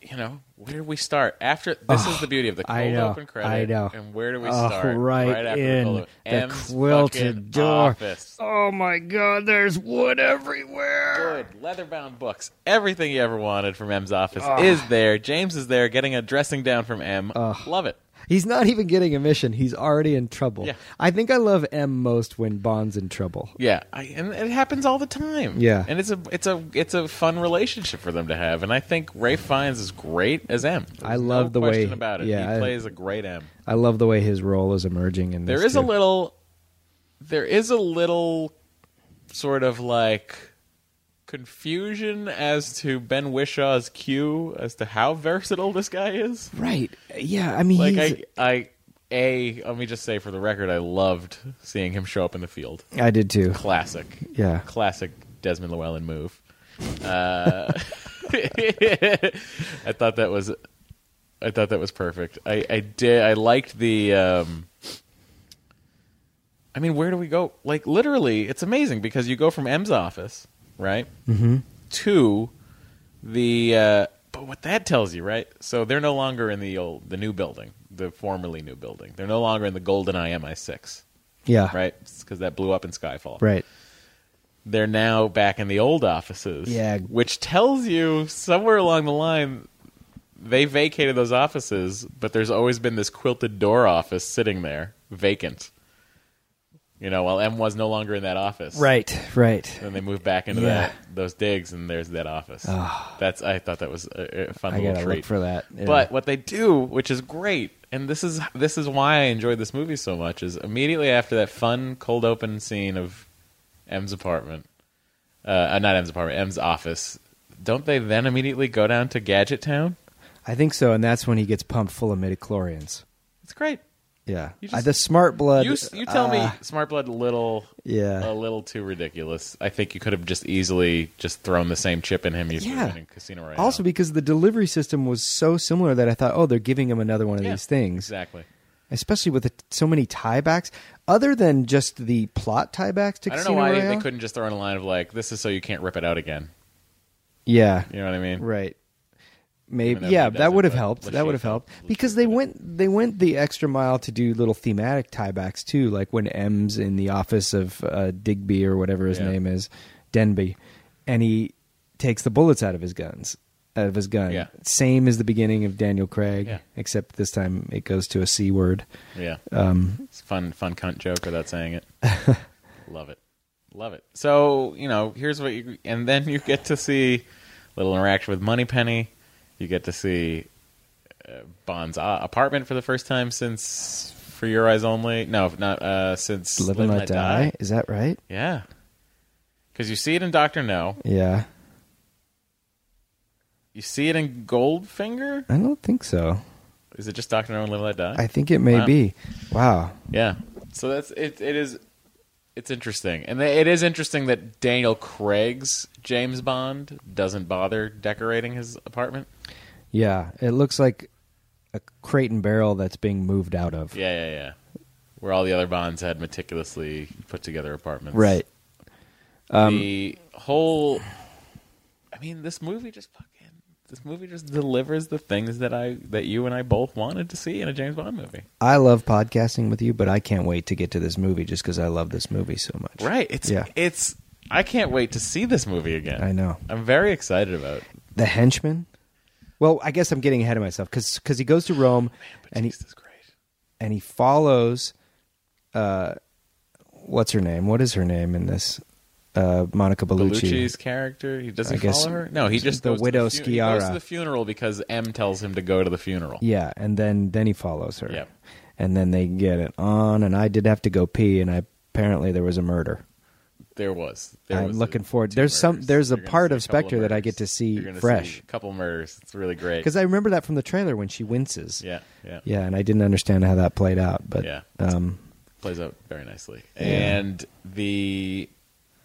S1: you know, where do we start? After this is the beauty of the cold
S5: I know,
S1: open credit.
S5: I know.
S1: And where do we
S5: Oh,
S1: start?
S5: right
S1: after
S5: in
S1: cold open-
S5: the
S1: M's
S5: quilted
S1: fucking
S5: door.
S1: Office.
S5: Oh my God! There's wood everywhere.
S1: Good leather-bound books. Everything you ever wanted from M's office is there. James is there, getting a dressing down from M. Love it.
S5: He's not even getting a mission. He's already in trouble.
S1: Yeah.
S5: I think I love M most when Bond's in trouble.
S1: Yeah, I, and it happens all the time.
S5: Yeah.
S1: and it's a it's a it's a fun relationship for them to have, and I think Ray Fiennes is great as M. There's
S5: I love the
S1: no
S5: way-
S1: question about it.
S5: yeah,
S1: he
S5: I-
S1: plays a great M.
S5: I love the way his role is emerging. In
S1: There
S5: this
S1: is a
S5: too.
S1: little, there is a little, sort of like confusion as to Ben Wishaw's cue as to how versatile this guy is.
S5: right. Yeah, I mean,
S1: Like
S5: he's,
S1: I, I, a let me just say for the record, I loved seeing him show up in the field.
S5: I did too.
S1: classic.
S5: Yeah.
S1: Classic Desmond Llewellyn move. Uh, I thought that was I thought that was perfect. I, I did I liked the um I mean, where do we go? Like literally, it's amazing because you go from M's office, right? Mm-hmm. To the uh but what that tells you, right? So they're no longer in the old the new building, the formerly new building. They're no longer in the golden IMI six,
S5: Yeah,
S1: right? Because that blew up in Skyfall
S5: right.
S1: they're now back in the old offices.
S5: Yeah.
S1: Which tells you somewhere along the line they vacated those offices, but there's always been this quilted door office sitting there, vacant. You know, while M was no longer in that office.
S5: Right, right.
S1: Then they moved back into
S5: Yeah. Ah.
S1: that those digs, and there's that office. That's I thought that was a, a fun
S5: I
S1: little
S5: gotta
S1: treat
S5: look for that. Yeah.
S1: But what they do, which is great, and this is this is why I enjoyed this movie so much, is immediately after that fun cold open scene of M's apartment, uh, uh, not M's apartment, M's office. Don't they then immediately go down to Gadget Town?
S5: I think so, and that's when he gets pumped full of midichlorians.
S1: It's great.
S5: Yeah,
S1: You
S5: Uh,
S1: just-
S5: the smart blood.
S1: You s- you tell Oh, me,
S5: uh,
S1: Smart Blood, a little
S5: Yeah.
S1: a little too ridiculous. I think you could have just easily just thrown the same chip in him you threw
S5: Yeah.
S1: in Casino Royale.
S5: Also, because the delivery system was so similar that I thought, oh, they're giving him another one of
S1: Yeah,
S5: these things.
S1: exactly.
S5: Especially with the, so many tiebacks, other than just the plot tiebacks to
S1: I don't know
S5: Casino
S1: why they
S5: Royale.
S1: couldn't just throw in a line of like, "This is so you can't rip it out again."
S5: Yeah,
S1: You know what I mean?
S5: right.
S1: I mean,
S5: Maybe
S1: that
S5: yeah,
S1: really
S5: that would have
S1: doesn't, but
S5: helped.
S1: let's
S5: That
S1: see
S5: would
S1: if
S5: have
S1: that-
S5: helped
S1: let's
S5: because
S1: see
S5: they
S1: if that-
S5: went they went the extra mile to do little thematic tiebacks too, like when M's in the office of uh, Digby or whatever his
S1: Yeah.
S5: name is, Denby, and he takes the bullets out of his guns, out of his gun.
S1: Yeah.
S5: Same as the beginning of Daniel Craig,
S1: Yeah.
S5: except this time it goes to a c word.
S1: Yeah.
S5: Um,
S1: it's a fun, fun cunt joke without saying it. Love it. Love it. So, you know, here's what you. And then you get to see little interaction with Moneypenny. You get to see uh, Bond's uh, apartment for the first time since For Your Eyes Only. No, not uh, since
S5: Live and Let Die. Is that right?
S1: Yeah. Because you see it in Doctor No.
S5: Yeah,
S1: You see it in Goldfinger.
S5: I don't think so.
S1: Is it just Doctor No and Live and Let Die?
S5: I think it may
S1: Wow.
S5: be. Wow.
S1: Yeah. So that's it. It is. It's interesting, and it is interesting that Daniel Craig's James Bond doesn't bother decorating his apartment.
S5: Yeah, it looks like a crate and barrel that's being moved out of.
S1: Yeah, yeah, yeah. Where all the other Bonds had meticulously put together apartments.
S5: Right.
S1: the whole. I mean, this movie just fucking. This movie just delivers the things that I that you and I both wanted to see in a James Bond movie.
S5: I love podcasting with you, but I can't wait to get to this movie just because I love this movie so much.
S1: Right. It's
S5: Yeah.
S1: it's. I can't wait to see this movie again.
S5: I know.
S1: I'm very excited about. it.
S5: The henchman. Well, I guess I'm getting ahead of myself because he goes
S1: Oh,
S5: to Rome and he
S1: Batista's great.
S5: and he follows. Uh, what's her name? What is her name in this? Uh, Monica Bellucci.
S1: Bellucci's character. He doesn't
S5: I guess
S1: follow her. No, he just
S5: the
S1: goes
S5: widow
S1: to the fu- He goes
S5: Sciarra.
S1: to the funeral because M tells him to go to the funeral.
S5: Yeah, and then then he follows her.
S1: Yep.
S5: and then they get it on. And I did have to go pee, and I apparently there was a murder.
S1: There was. There
S5: I'm
S1: was
S5: looking
S1: a-
S5: forward-
S1: two
S5: there's some-
S1: murders.
S5: there's a
S1: You're gonna
S5: part
S1: see
S5: of
S1: couple
S5: Spectre that I
S1: murders.
S5: get to see
S1: You're gonna
S5: fresh.
S1: a couple murders. It's really great.
S5: Because I remember that from the trailer when she winces.
S1: yeah, yeah,
S5: Yeah, and I didn't understand how that played out, but
S1: Yeah.
S5: um,
S1: plays out very nicely. And the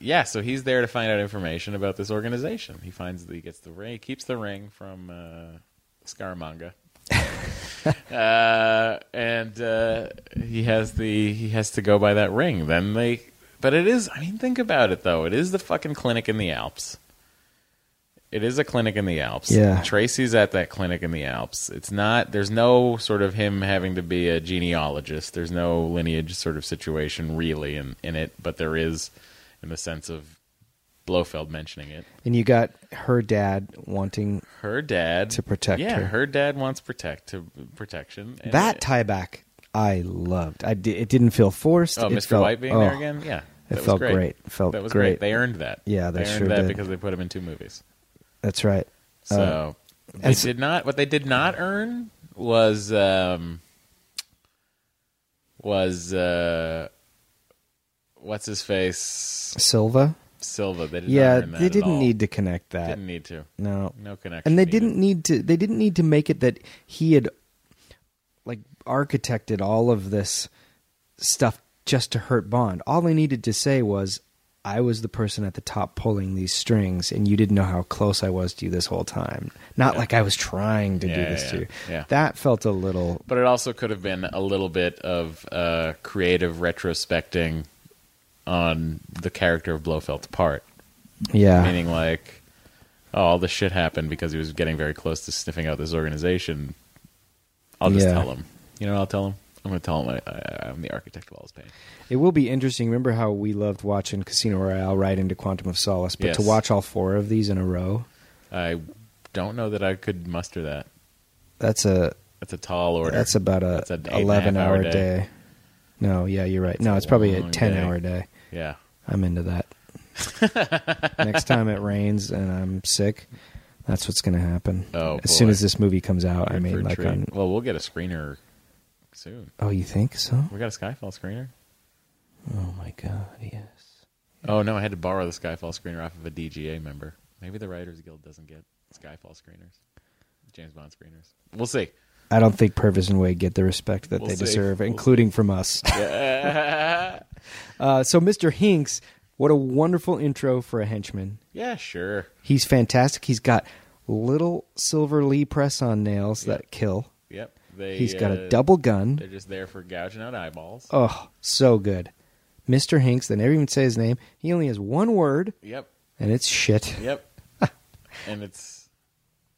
S1: yeah, so he's there to find out information about this organization. He finds the he gets the ring, he keeps the ring from uh, Scaramanga. uh, and uh, he has the he has to go by that ring. Then they, but it is. I mean, think about it though. It is the fucking clinic in the Alps. It is a clinic in the Alps.
S5: Yeah.
S1: Tracy's at that clinic in the Alps. It's not. There's no sort of him having to be a genealogist. There's no lineage sort of situation really in in it, but there is, in the sense of Blofeld mentioning it.
S5: and you got her dad wanting
S1: Her dad
S5: To protect
S1: yeah,
S5: her.
S1: her dad wants protect to protection. and
S5: that
S1: it-
S5: tie back. I loved. I di- it didn't feel forced.
S1: Oh,
S5: it
S1: Mr.
S5: felt-
S1: White being
S5: oh,
S1: there again? Yeah.
S5: it
S1: That was
S5: felt
S1: great.
S5: great. It felt
S1: that was
S5: great.
S1: They earned that.
S5: Yeah, they
S1: earned
S5: sure
S1: that
S5: did.
S1: because they put him in two movies.
S5: That's right. Uh,
S1: So they
S5: and so-
S1: did not what they did not earn was um was uh what's his face
S5: Silva.
S1: Silva. They did
S5: Yeah,
S1: not earn that
S5: they
S1: at
S5: didn't
S1: all.
S5: need to connect that.
S1: didn't need to.
S5: No,
S1: No connection.
S5: and they
S1: needed.
S5: didn't need to. They didn't need to make it that he had like architected all of this stuff just to hurt Bond. All they needed to say was, "I was the person at the top pulling these strings, and you didn't know how close I was to you this whole time. Not like I was trying to do
S1: Yeah,
S5: this
S1: yeah,
S5: to you."
S1: yeah.
S5: That felt a little.
S1: But it also could have been a little bit of uh, creative retrospecting on the character of Blofeld's part.
S5: Yeah,
S1: meaning like oh, all this shit happened because he was getting very close to sniffing out this organization. I'll just
S5: Yeah.
S1: tell him. You know what I'll tell him? I'm going to tell him I, I, I'm the architect of all his pain.
S5: It will be interesting. Remember how we loved watching Casino Royale right into Quantum of Solace, but to
S1: Yes.
S5: watch all four of these in a row,
S1: I don't know that I could muster that.
S5: that's a
S1: That's a tall order.
S5: that's about a
S1: That's an eight and a
S5: eleven
S1: half
S5: hour, day. No, yeah, you're right. no,
S1: a
S5: it's probably a
S1: long
S5: ten
S1: day.
S5: hour day.
S1: Yeah.
S5: I'm into that. Next time it rains and I'm sick, that's what's going to happen.
S1: Oh,
S5: as soon
S1: boy.
S5: as this movie comes out, I
S1: Good for
S5: mean,
S1: a
S5: like
S1: treat.
S5: on.
S1: Well, we'll get a screener soon.
S5: Oh, you think so?
S1: We got a Skyfall screener.
S5: Oh my god, yes.
S1: Oh no, I had to borrow the Skyfall screener off of a DGA member. Maybe the Writers Guild doesn't get Skyfall screeners, James Bond screeners. We'll see.
S5: I don't think Purvis and Wade get the respect that
S1: We'll
S5: they
S1: see.
S5: deserve,
S1: We'll
S5: including from us. uh, so, Mr. Hinks, what a wonderful intro for a henchman.
S1: Yeah, sure.
S5: He's fantastic. He's got little silver Lee press on nails that kill.
S1: Yep. They,
S5: He's got
S1: uh,
S5: a double gun.
S1: They're just there for gouging out eyeballs.
S5: Oh, so good. Mr. Hinks, they never even say his name. He only has one word,
S1: Yep.
S5: and it's shit.
S1: Yep. and it's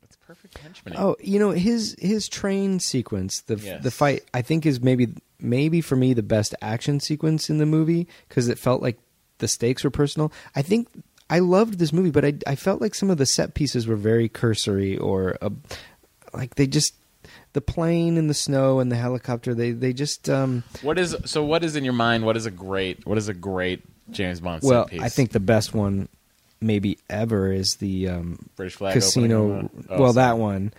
S1: it's perfect henchman.
S5: Oh, you know his his train sequence, the
S1: Yes.
S5: the fight. I think is maybe maybe for me the best action sequence in the movie because it felt like the stakes were personal. I think I loved this movie, but I I felt like some of the set pieces were very cursory or uh, like they just the plane and the snow and the helicopter. They they just um,
S1: What is so? What is in your mind? What is a great? What is a great James Bond
S5: well.
S1: set piece?
S5: I think the best one maybe ever is the um,
S1: British flag
S5: casino.
S1: opening and all- oh,
S5: well,
S1: sorry. Uh,
S5: that one,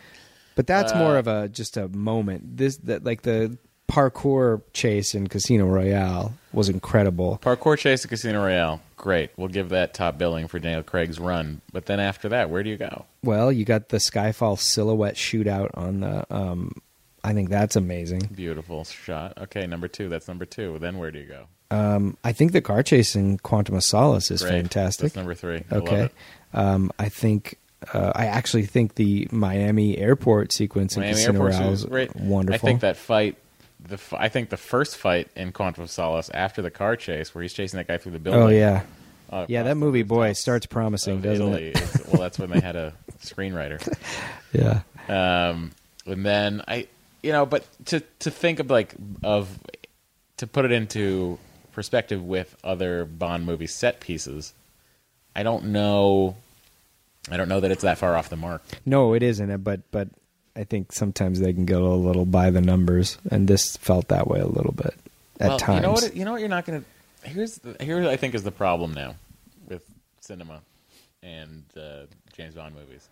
S5: but that's more of a just a moment. This that like the parkour chase in Casino Royale was incredible.
S1: parkour chase at Casino Royale. Great. We'll give that top billing for Daniel Craig's run. But then after that, where do you go?
S5: Well, you got the Skyfall silhouette shootout on the. Um, I think that's amazing.
S1: Beautiful shot. Okay, number two. That's number two. Then where do you go?
S5: Um, I think the car chase in Quantum of Solace is
S1: Great.
S5: fantastic.
S1: That's number three. I love
S5: Okay,
S1: it.
S5: um, I think. Uh, I actually think the Miami airport sequence in
S1: Miami
S5: Casino
S1: Airport
S5: Royale
S1: was great.
S5: wonderful.
S1: I think that fight, the f- I think the first fight in Quantum of Solace after the car chase, where he's chasing that guy through the building.
S5: Oh yeah,
S1: uh,
S5: yeah.
S1: across
S5: That
S1: the
S5: movie, boy,
S1: rooftops
S5: starts promising,
S1: of
S5: doesn't
S1: Italy.
S5: it?
S1: It's- well, that's when they had a screenwriter,
S5: Yeah.
S1: um, and then I, you know, but to to think of like of to put it into perspective with other Bond movie set pieces, I don't know. I don't know that it's that far off the mark.
S5: No, it isn't. But but I think sometimes they can go a little by the numbers, and this felt that way a little bit at
S1: well,
S5: times.
S1: You know what? You know what? You're not going to. Here's the, here. I think is the problem now with cinema and uh, James Bond movies.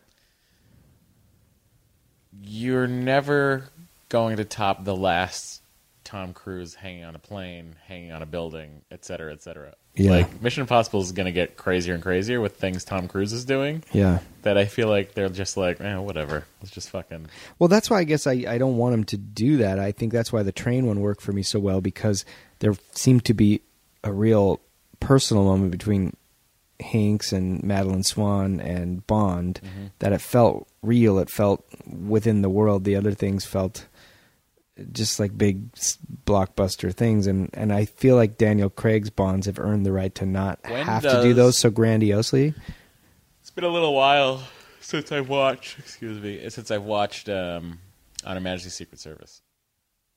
S1: You're never going to top the last Tom Cruise hanging on a plane, hanging on a building, et cetera, et cetera.
S5: Yeah.
S1: Like Mission Impossible is going to get crazier and crazier with things Tom Cruise is doing.
S5: Yeah.
S1: That I feel like they're just like, eh, whatever. Let's just fucking.
S5: Well, that's why I guess I, I don't want him to do that. I think that's why the train one worked for me so well because there seemed to be a real personal moment between Hanks and Madeline Swan and Bond
S1: Mm-hmm.
S5: that it felt real. It felt within the world. The other things felt just like big s- blockbuster things, and and I feel like Daniel Craig's Bonds have earned the right to not
S1: When
S5: have to do
S1: does-
S5: those so grandiosely.
S1: It's been a little while since I've watched. Excuse me. Since I've watched um, On Her Majesty's Secret Service.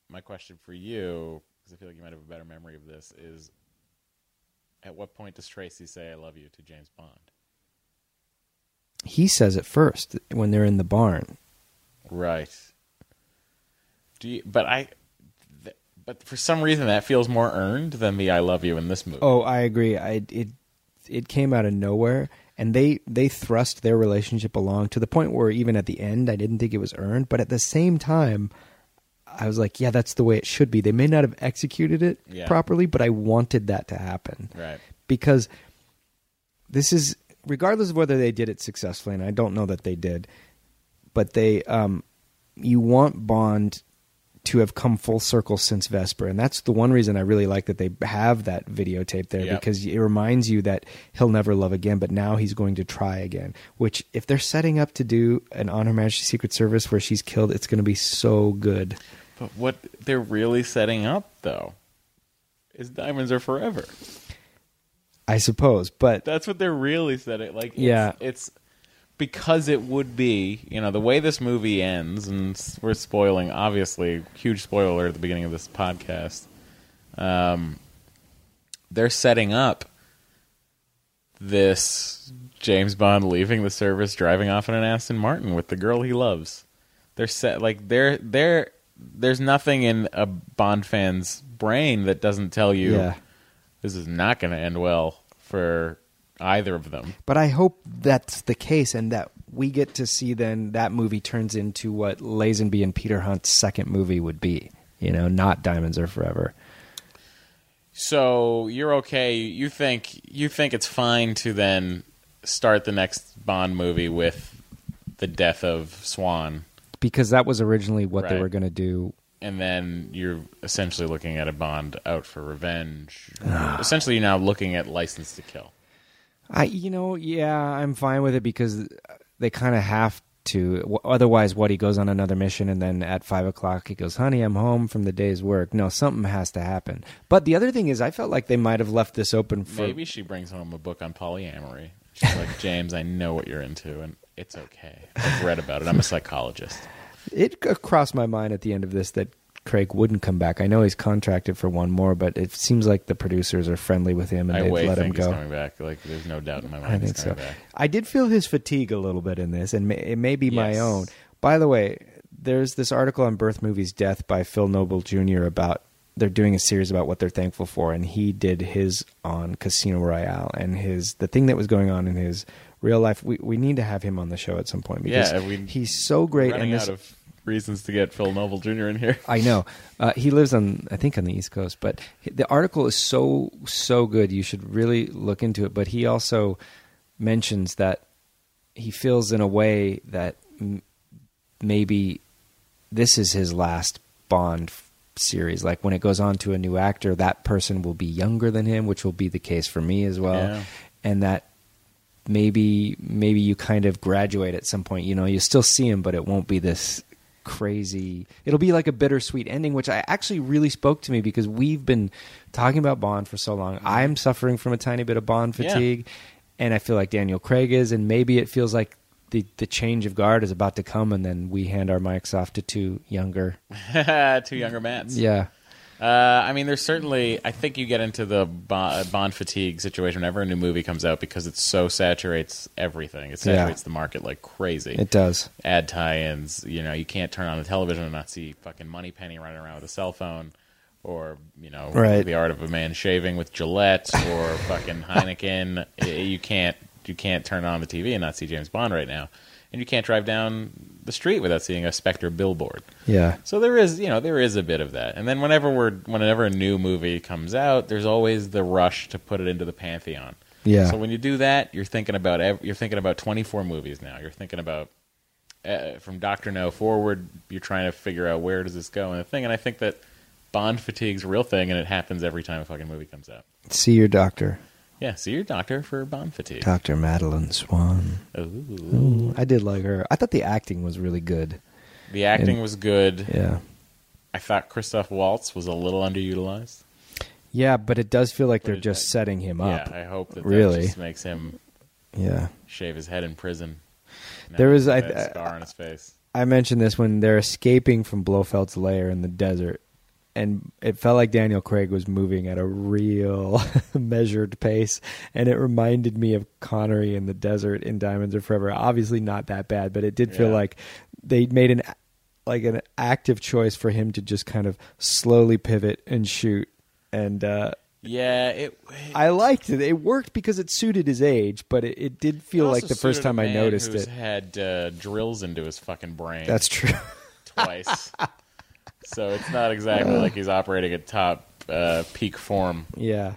S1: My question for you, because I feel like you might have a better memory of this, is at what point does Tracy say "I love you" to James Bond?
S5: He says it first when they're in the barn.
S1: Right. Do you, but I, th- but for some reason that feels more earned than the "I love you" in this movie.
S5: Oh, I agree. I it it came out of nowhere, and they they thrust their relationship along to the point where even at the end, I didn't think it was earned. But at the same time, I was like, yeah, that's the way it should be. They may not have executed it
S1: Yeah.
S5: properly, but I wanted that to happen
S1: Right.
S5: because this is regardless of whether they did it successfully, and I don't know that they did, but they um, you want Bond to have come full circle since Vesper, and that's the one reason I really like that they have that videotape there
S1: Yep.
S5: because it reminds you that he'll never love again, but now he's going to try again. Which, if they're setting up to do an on Her Majesty's Secret Service where she's killed, it's going to be so good.
S1: But what they're really setting up though is diamonds are forever.
S5: I suppose, but
S1: That's what they're really setting. Like, it's,
S5: Yeah.
S1: it's because it would be you know the way this movie ends, and s- we're spoiling obviously huge spoiler at the beginning of this podcast. Um, they're setting up this James Bond leaving the service, driving off in an Aston Martin with the girl he loves. They're set like they're they're there's nothing in a Bond fan's brain that doesn't tell you
S5: Yeah.
S1: this is not going to end well for either of them.
S5: But I hope that's the case and that we get to see then that movie turns into what Lazenby and Peter Hunt's second movie would be. You know, not Diamonds Are Forever.
S1: So you're okay. You think you think it's fine to then start the next Bond movie with the death of Swan,
S5: Because that was originally what they
S1: Right.
S5: were going to do.
S1: and then you're essentially looking at a Bond out for revenge.
S5: Ah.
S1: essentially, you're now looking at License to Kill.
S5: I, you know, yeah, I'm fine with it because they kind of have to. W- Otherwise, what he goes on another mission and then at five o'clock he goes, "Honey, I'm home from the day's work." No, something has to happen. But the other thing is, I felt like they might have left this open for
S1: Maybe she brings home a book on polyamory. She's like, James, I know what you're into, and it's okay. I've read about it. I'm a psychologist.
S5: It c- crossed my mind at the end of this that Craig wouldn't come back. I know he's contracted for one more, but it seems like the producers are friendly with him and
S1: I
S5: they've
S1: way
S5: let him
S1: think he's
S5: go.
S1: coming back. Like, there's no doubt in my mind.
S5: I think
S1: he's
S5: so.
S1: coming back.
S5: I did feel his fatigue a little bit in this, and ma- it may be my
S1: Yes.
S5: own. By the way, there's this article on Birth Movies Death by Phil Noble Jr. about they're doing a series about what they're thankful for, and he did his on Casino Royale and his the thing that was going on in his real life. We we need to have him on the show at some point because
S1: Yeah, we-
S5: he's so great.
S1: Running
S5: And this
S1: out of reasons to get Phil Noble Jr. in here.
S5: I know. Uh, he lives on, I think, on the East Coast. But h- the article is so so good. You should really look into it. But he also mentions that he feels in a way that m- maybe this is his last Bond f- series. Like when it goes on to a new actor, that person will be younger than him, which will be the case for me as well.
S1: Yeah.
S5: And that maybe maybe you kind of graduate at some point. You know, you still see him, but it won't be this crazy. It'll be like a bittersweet ending, which I actually really spoke to me because we've been talking about Bond for so long. I'm suffering from a tiny bit of Bond
S1: Yeah.
S5: fatigue, and I feel like Daniel Craig is, and maybe it feels like. The, the change of guard is about to come, and then we hand our mics off to two younger.
S1: Two younger mats.
S5: Yeah.
S1: Uh, I mean, there's certainly. I think you get into the bond, bond fatigue situation whenever a new movie comes out because it so saturates everything. It
S5: Yeah.
S1: saturates the market like crazy.
S5: It does.
S1: Ad tie-ins. You know, you can't turn on the television and not see fucking Money Penny running around with a cell phone, or you know,
S5: Right.
S1: the art of a man shaving with Gillette, or fucking Heineken. I- you can't you can't turn on the TV and not see James Bond right now. and you can't drive down the street without seeing a Spectre billboard.
S5: Yeah.
S1: So there is, you know, there is a bit of that. And then whenever we're whenever a new movie comes out, there's always the rush to put it into the pantheon.
S5: Yeah.
S1: So when you do that, you're thinking about ev- you're thinking about 24 movies now. You're thinking about uh, from Doctor No forward. You're trying to figure out where does this go and the thing. And I think that Bond fatigue's a real thing, and it happens every time a fucking movie comes out.
S5: See your doctor,
S1: Yeah. See your doctor for Bond fatigue.
S5: Doctor Madeline Swan.
S1: Ooh.
S5: I did like her. I thought the acting was really good.
S1: The acting was good.
S5: Yeah.
S1: I thought Christoph Waltz was a little underutilized.
S5: Yeah, but it does feel like they're just setting him up.
S1: Yeah, I hope that, that
S5: really.
S1: just makes him
S5: yeah.
S1: shave his head in prison. And
S5: There
S1: that-
S5: is- I-
S1: that
S5: I-
S1: scar on his face.
S5: I mentioned this when they're escaping from Blofeld's lair in the desert, and it felt like Daniel Craig was moving at a real measured pace, and it reminded me of Connery in the desert in Diamonds Are Forever. Obviously, not that bad, but it did feel
S1: Yeah.
S5: like they made an like an active choice for him to just kind of slowly pivot and shoot, and uh,
S1: Yeah, it.
S5: I liked it. It worked because it suited his age, but it, it did feel like the first time I noticed
S1: who's
S5: it.
S1: Had uh, drills into his fucking brain.
S5: That's true.
S1: twice. so it's not exactly like he's operating at top uh, peak form.
S5: Yeah.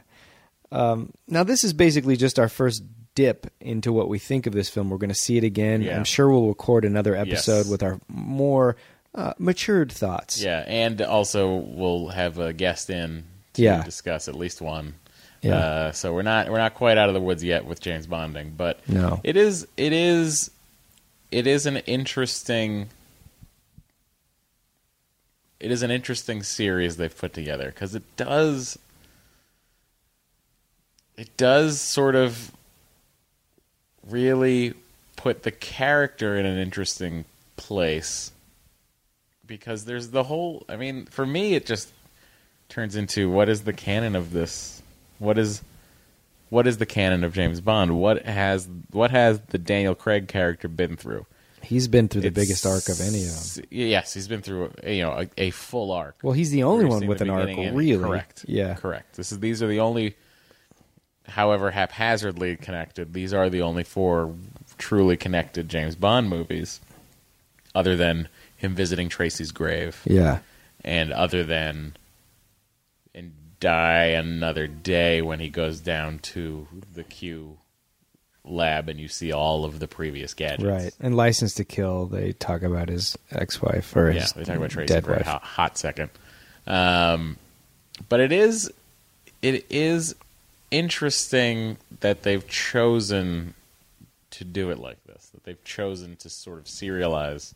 S5: Um, now this is basically just our first dip into what we think of this film. We're going to see it again.
S1: Yeah.
S5: I'm sure we'll record another episode
S1: Yes.
S5: with our more uh, matured thoughts.
S1: Yeah, and also we'll have a guest in to
S5: Yeah.
S1: discuss at least one.
S5: Yeah.
S1: Uh, so we're not we're not quite out of the woods yet with James Bonding, but
S5: No.
S1: it is it is it is an interesting it is an interesting series they've put together because it does it does sort of really put the character in an interesting place because there's the whole i mean for me it just turns into what is the canon of this what is what is the canon of james bond what has what has the daniel craig character been through
S5: He's been through the
S1: It's-
S5: biggest arc of any of them.
S1: yes he's been through you know a, a full arc
S5: Well, he's the only
S1: We're
S5: one
S1: seeing
S5: with
S1: the
S5: an arc,
S1: beginning and-
S5: really.
S1: Correct.
S5: Yeah.
S1: Correct. This is these are the only, however haphazardly connected. These are the only four truly connected James Bond movies, other than him visiting Tracy's grave,
S5: Yeah.
S1: and other than and die another day when he goes down to the Q lab and you see all of the previous gadgets.
S5: Right. And License to Kill, they talk about his ex-wife or
S1: Yeah,
S5: his
S1: they talk about Tracy
S5: dead
S1: for a
S5: wife.
S1: hot, hot second. Um, but it is it is interesting that they've chosen to do it like this. That they've chosen to sort of serialize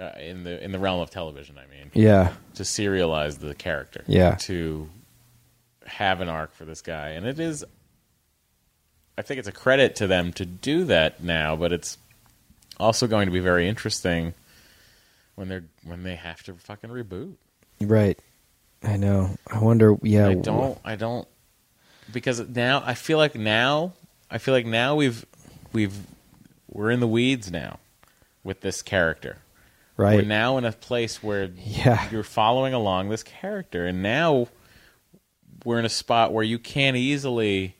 S1: uh, in the in the realm of television. I mean,
S5: Yeah.
S1: to serialize the character.
S5: Yeah.
S1: To have an arc for this guy. And it is I think it's a credit to them to do that now, but it's also going to be very interesting when they're when they have to fucking reboot.
S5: Right. I know. I wonder. Yeah.
S1: I don't I don't because now I feel like now I feel like now we've we've we're in the weeds now with this character. We're
S5: Right.
S1: now in a place where
S5: Yeah.
S1: you're following along this character, and now we're in a spot where you can't easily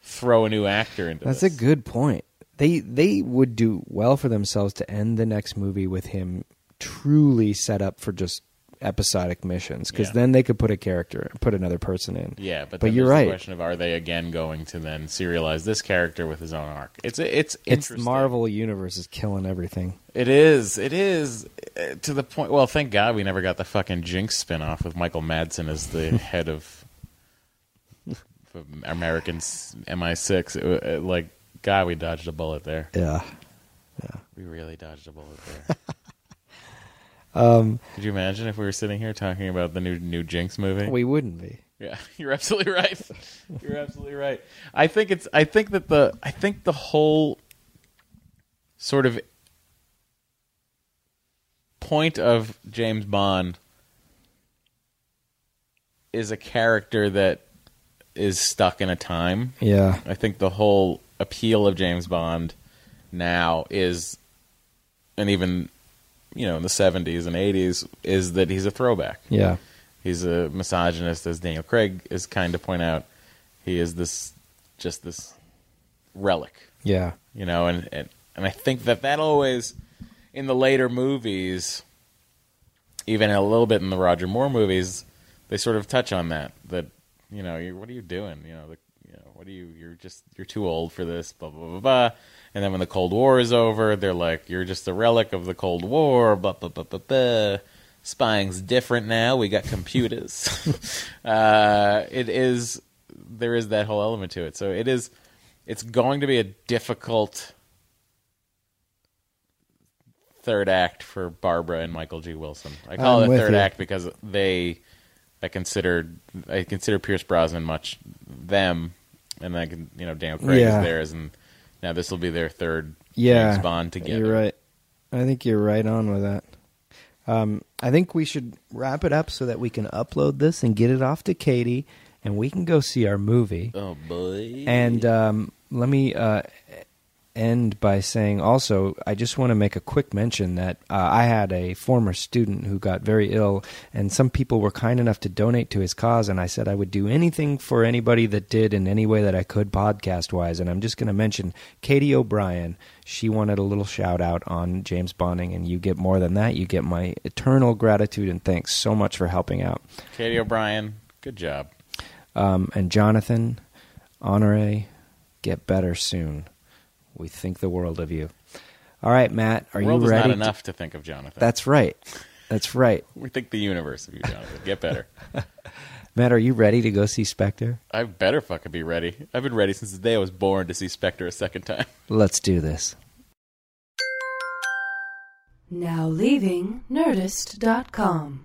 S1: throw a new actor into
S5: That's
S1: this.
S5: a good point. They they would do well for themselves to end the next movie with him truly set up for just episodic missions because
S1: Yeah.
S5: then they could put a character, put another person in.
S1: yeah, but,
S5: but
S1: then
S5: you're
S1: there's
S5: right.
S1: The question of are they again going to then serialize this character with his own arc? It's it's
S5: It's
S1: interesting.
S5: Marvel universe is killing everything.
S1: It is. It is uh, to the point. Well, thank God we never got the fucking Jinx spinoff with Michael Madsen as the head of of American s- MI6. It wa- uh, like, God, we dodged a bullet there.
S5: Yeah.
S1: We really dodged a bullet there. Could you imagine if we were sitting here talking about the new new Jinx movie?
S5: We wouldn't be.
S1: Yeah, you're absolutely right. You're absolutely right. I think it's. I think that the. I think the whole sort of point of James Bond is a character that is stuck in a time.
S5: Yeah.
S1: I think the whole appeal of James Bond now is, and even you know in the '70s and '80s, is that he's a throwback.
S5: Yeah.
S1: He's a misogynist, as Daniel Craig is kind to point out. He is this, just this relic,
S5: Yeah.
S1: you know. And, and and I think that that always in the later movies, even a little bit in the Roger Moore movies, they sort of touch on that. That you know, you what are you doing? You know, the, you know, what are you? You're just you're too old for this. Blah blah blah blah. And then when the Cold War is over, they're like, "You're just a relic of the Cold War." Blah blah blah blah blah. Spying's different now. We got computers. uh, it is there is that whole element to it. So it is it's going to be a difficult third act for Barbara and Michael G. Wilson. I call
S5: I'm
S1: it a
S5: with
S1: third
S5: you.
S1: act because they I considered I consider Pierce Brosnan much them, and I can you know Daniel Craig
S5: Yeah.
S1: is theirs, and now this will be their third
S5: yeah,
S1: James Bond together.
S5: You're right. I think you're right on with that. Um, I think we should wrap it up so that we can upload this and get it off to Katie, and we can go see our movie.
S1: Oh boy!
S5: And um, let me uh, end by saying also, I just want to make a quick mention that uh, I had a former student who got very ill, and some people were kind enough to donate to his cause. And I said I would do anything for anybody that did in any way that I could, podcast wise. And I'm just going to mention Katie O'Brien. She wanted a little shout out on James Bonding, and you get more than that. You get my eternal gratitude and thanks so much for helping out.
S1: Katie O'Brien, good job.
S5: Um, and Jonathan, Honore, get better soon. We think the world of you. All right, Matt, are
S1: World
S5: you
S1: is
S5: ready?
S1: not
S5: to-
S1: enough to think of Jonathan.
S5: That's right. That's right.
S1: we think the universe of you, Jonathan. Get better.
S5: Matt, are you ready to go see Spectre?
S1: I better fucking be ready. I've been ready since the day I was born to see Spectre a second time.
S5: Let's do this.
S3: Now leaving Nerdist.com.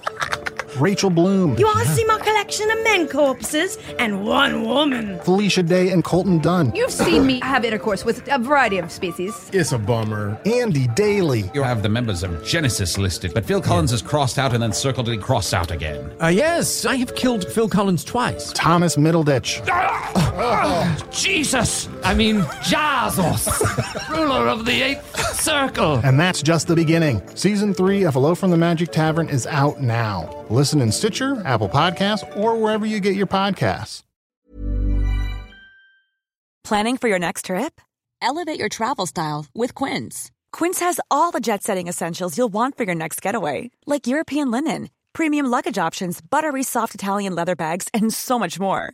S7: Rachel Bloom.
S8: You all see my collection of men corpses and one woman.
S7: Felicia Day and Colton Dunn.
S9: You've seen me have intercourse with a variety of species.
S7: It's a bummer. Andy Daly.
S10: You have the members of Genesis listed, but Phil Collins is crossed out and then circled and crossed out again.
S7: Uh, yes, I have killed Phil Collins twice. Thomas Middleditch.
S11: Jesus! I mean, Jazos, ruler of the eighth circle.
S7: And that's just the beginning. Season 3 of Hello from the Magic Tavern is out now. Listen in Stitcher, Apple Podcasts, or wherever you get your podcasts.
S12: Planning for your next trip? Elevate your travel style with Quince. Quince has all the jet setting essentials you'll want for your next getaway, like European linen, premium luggage options, buttery soft Italian leather bags, and so much more.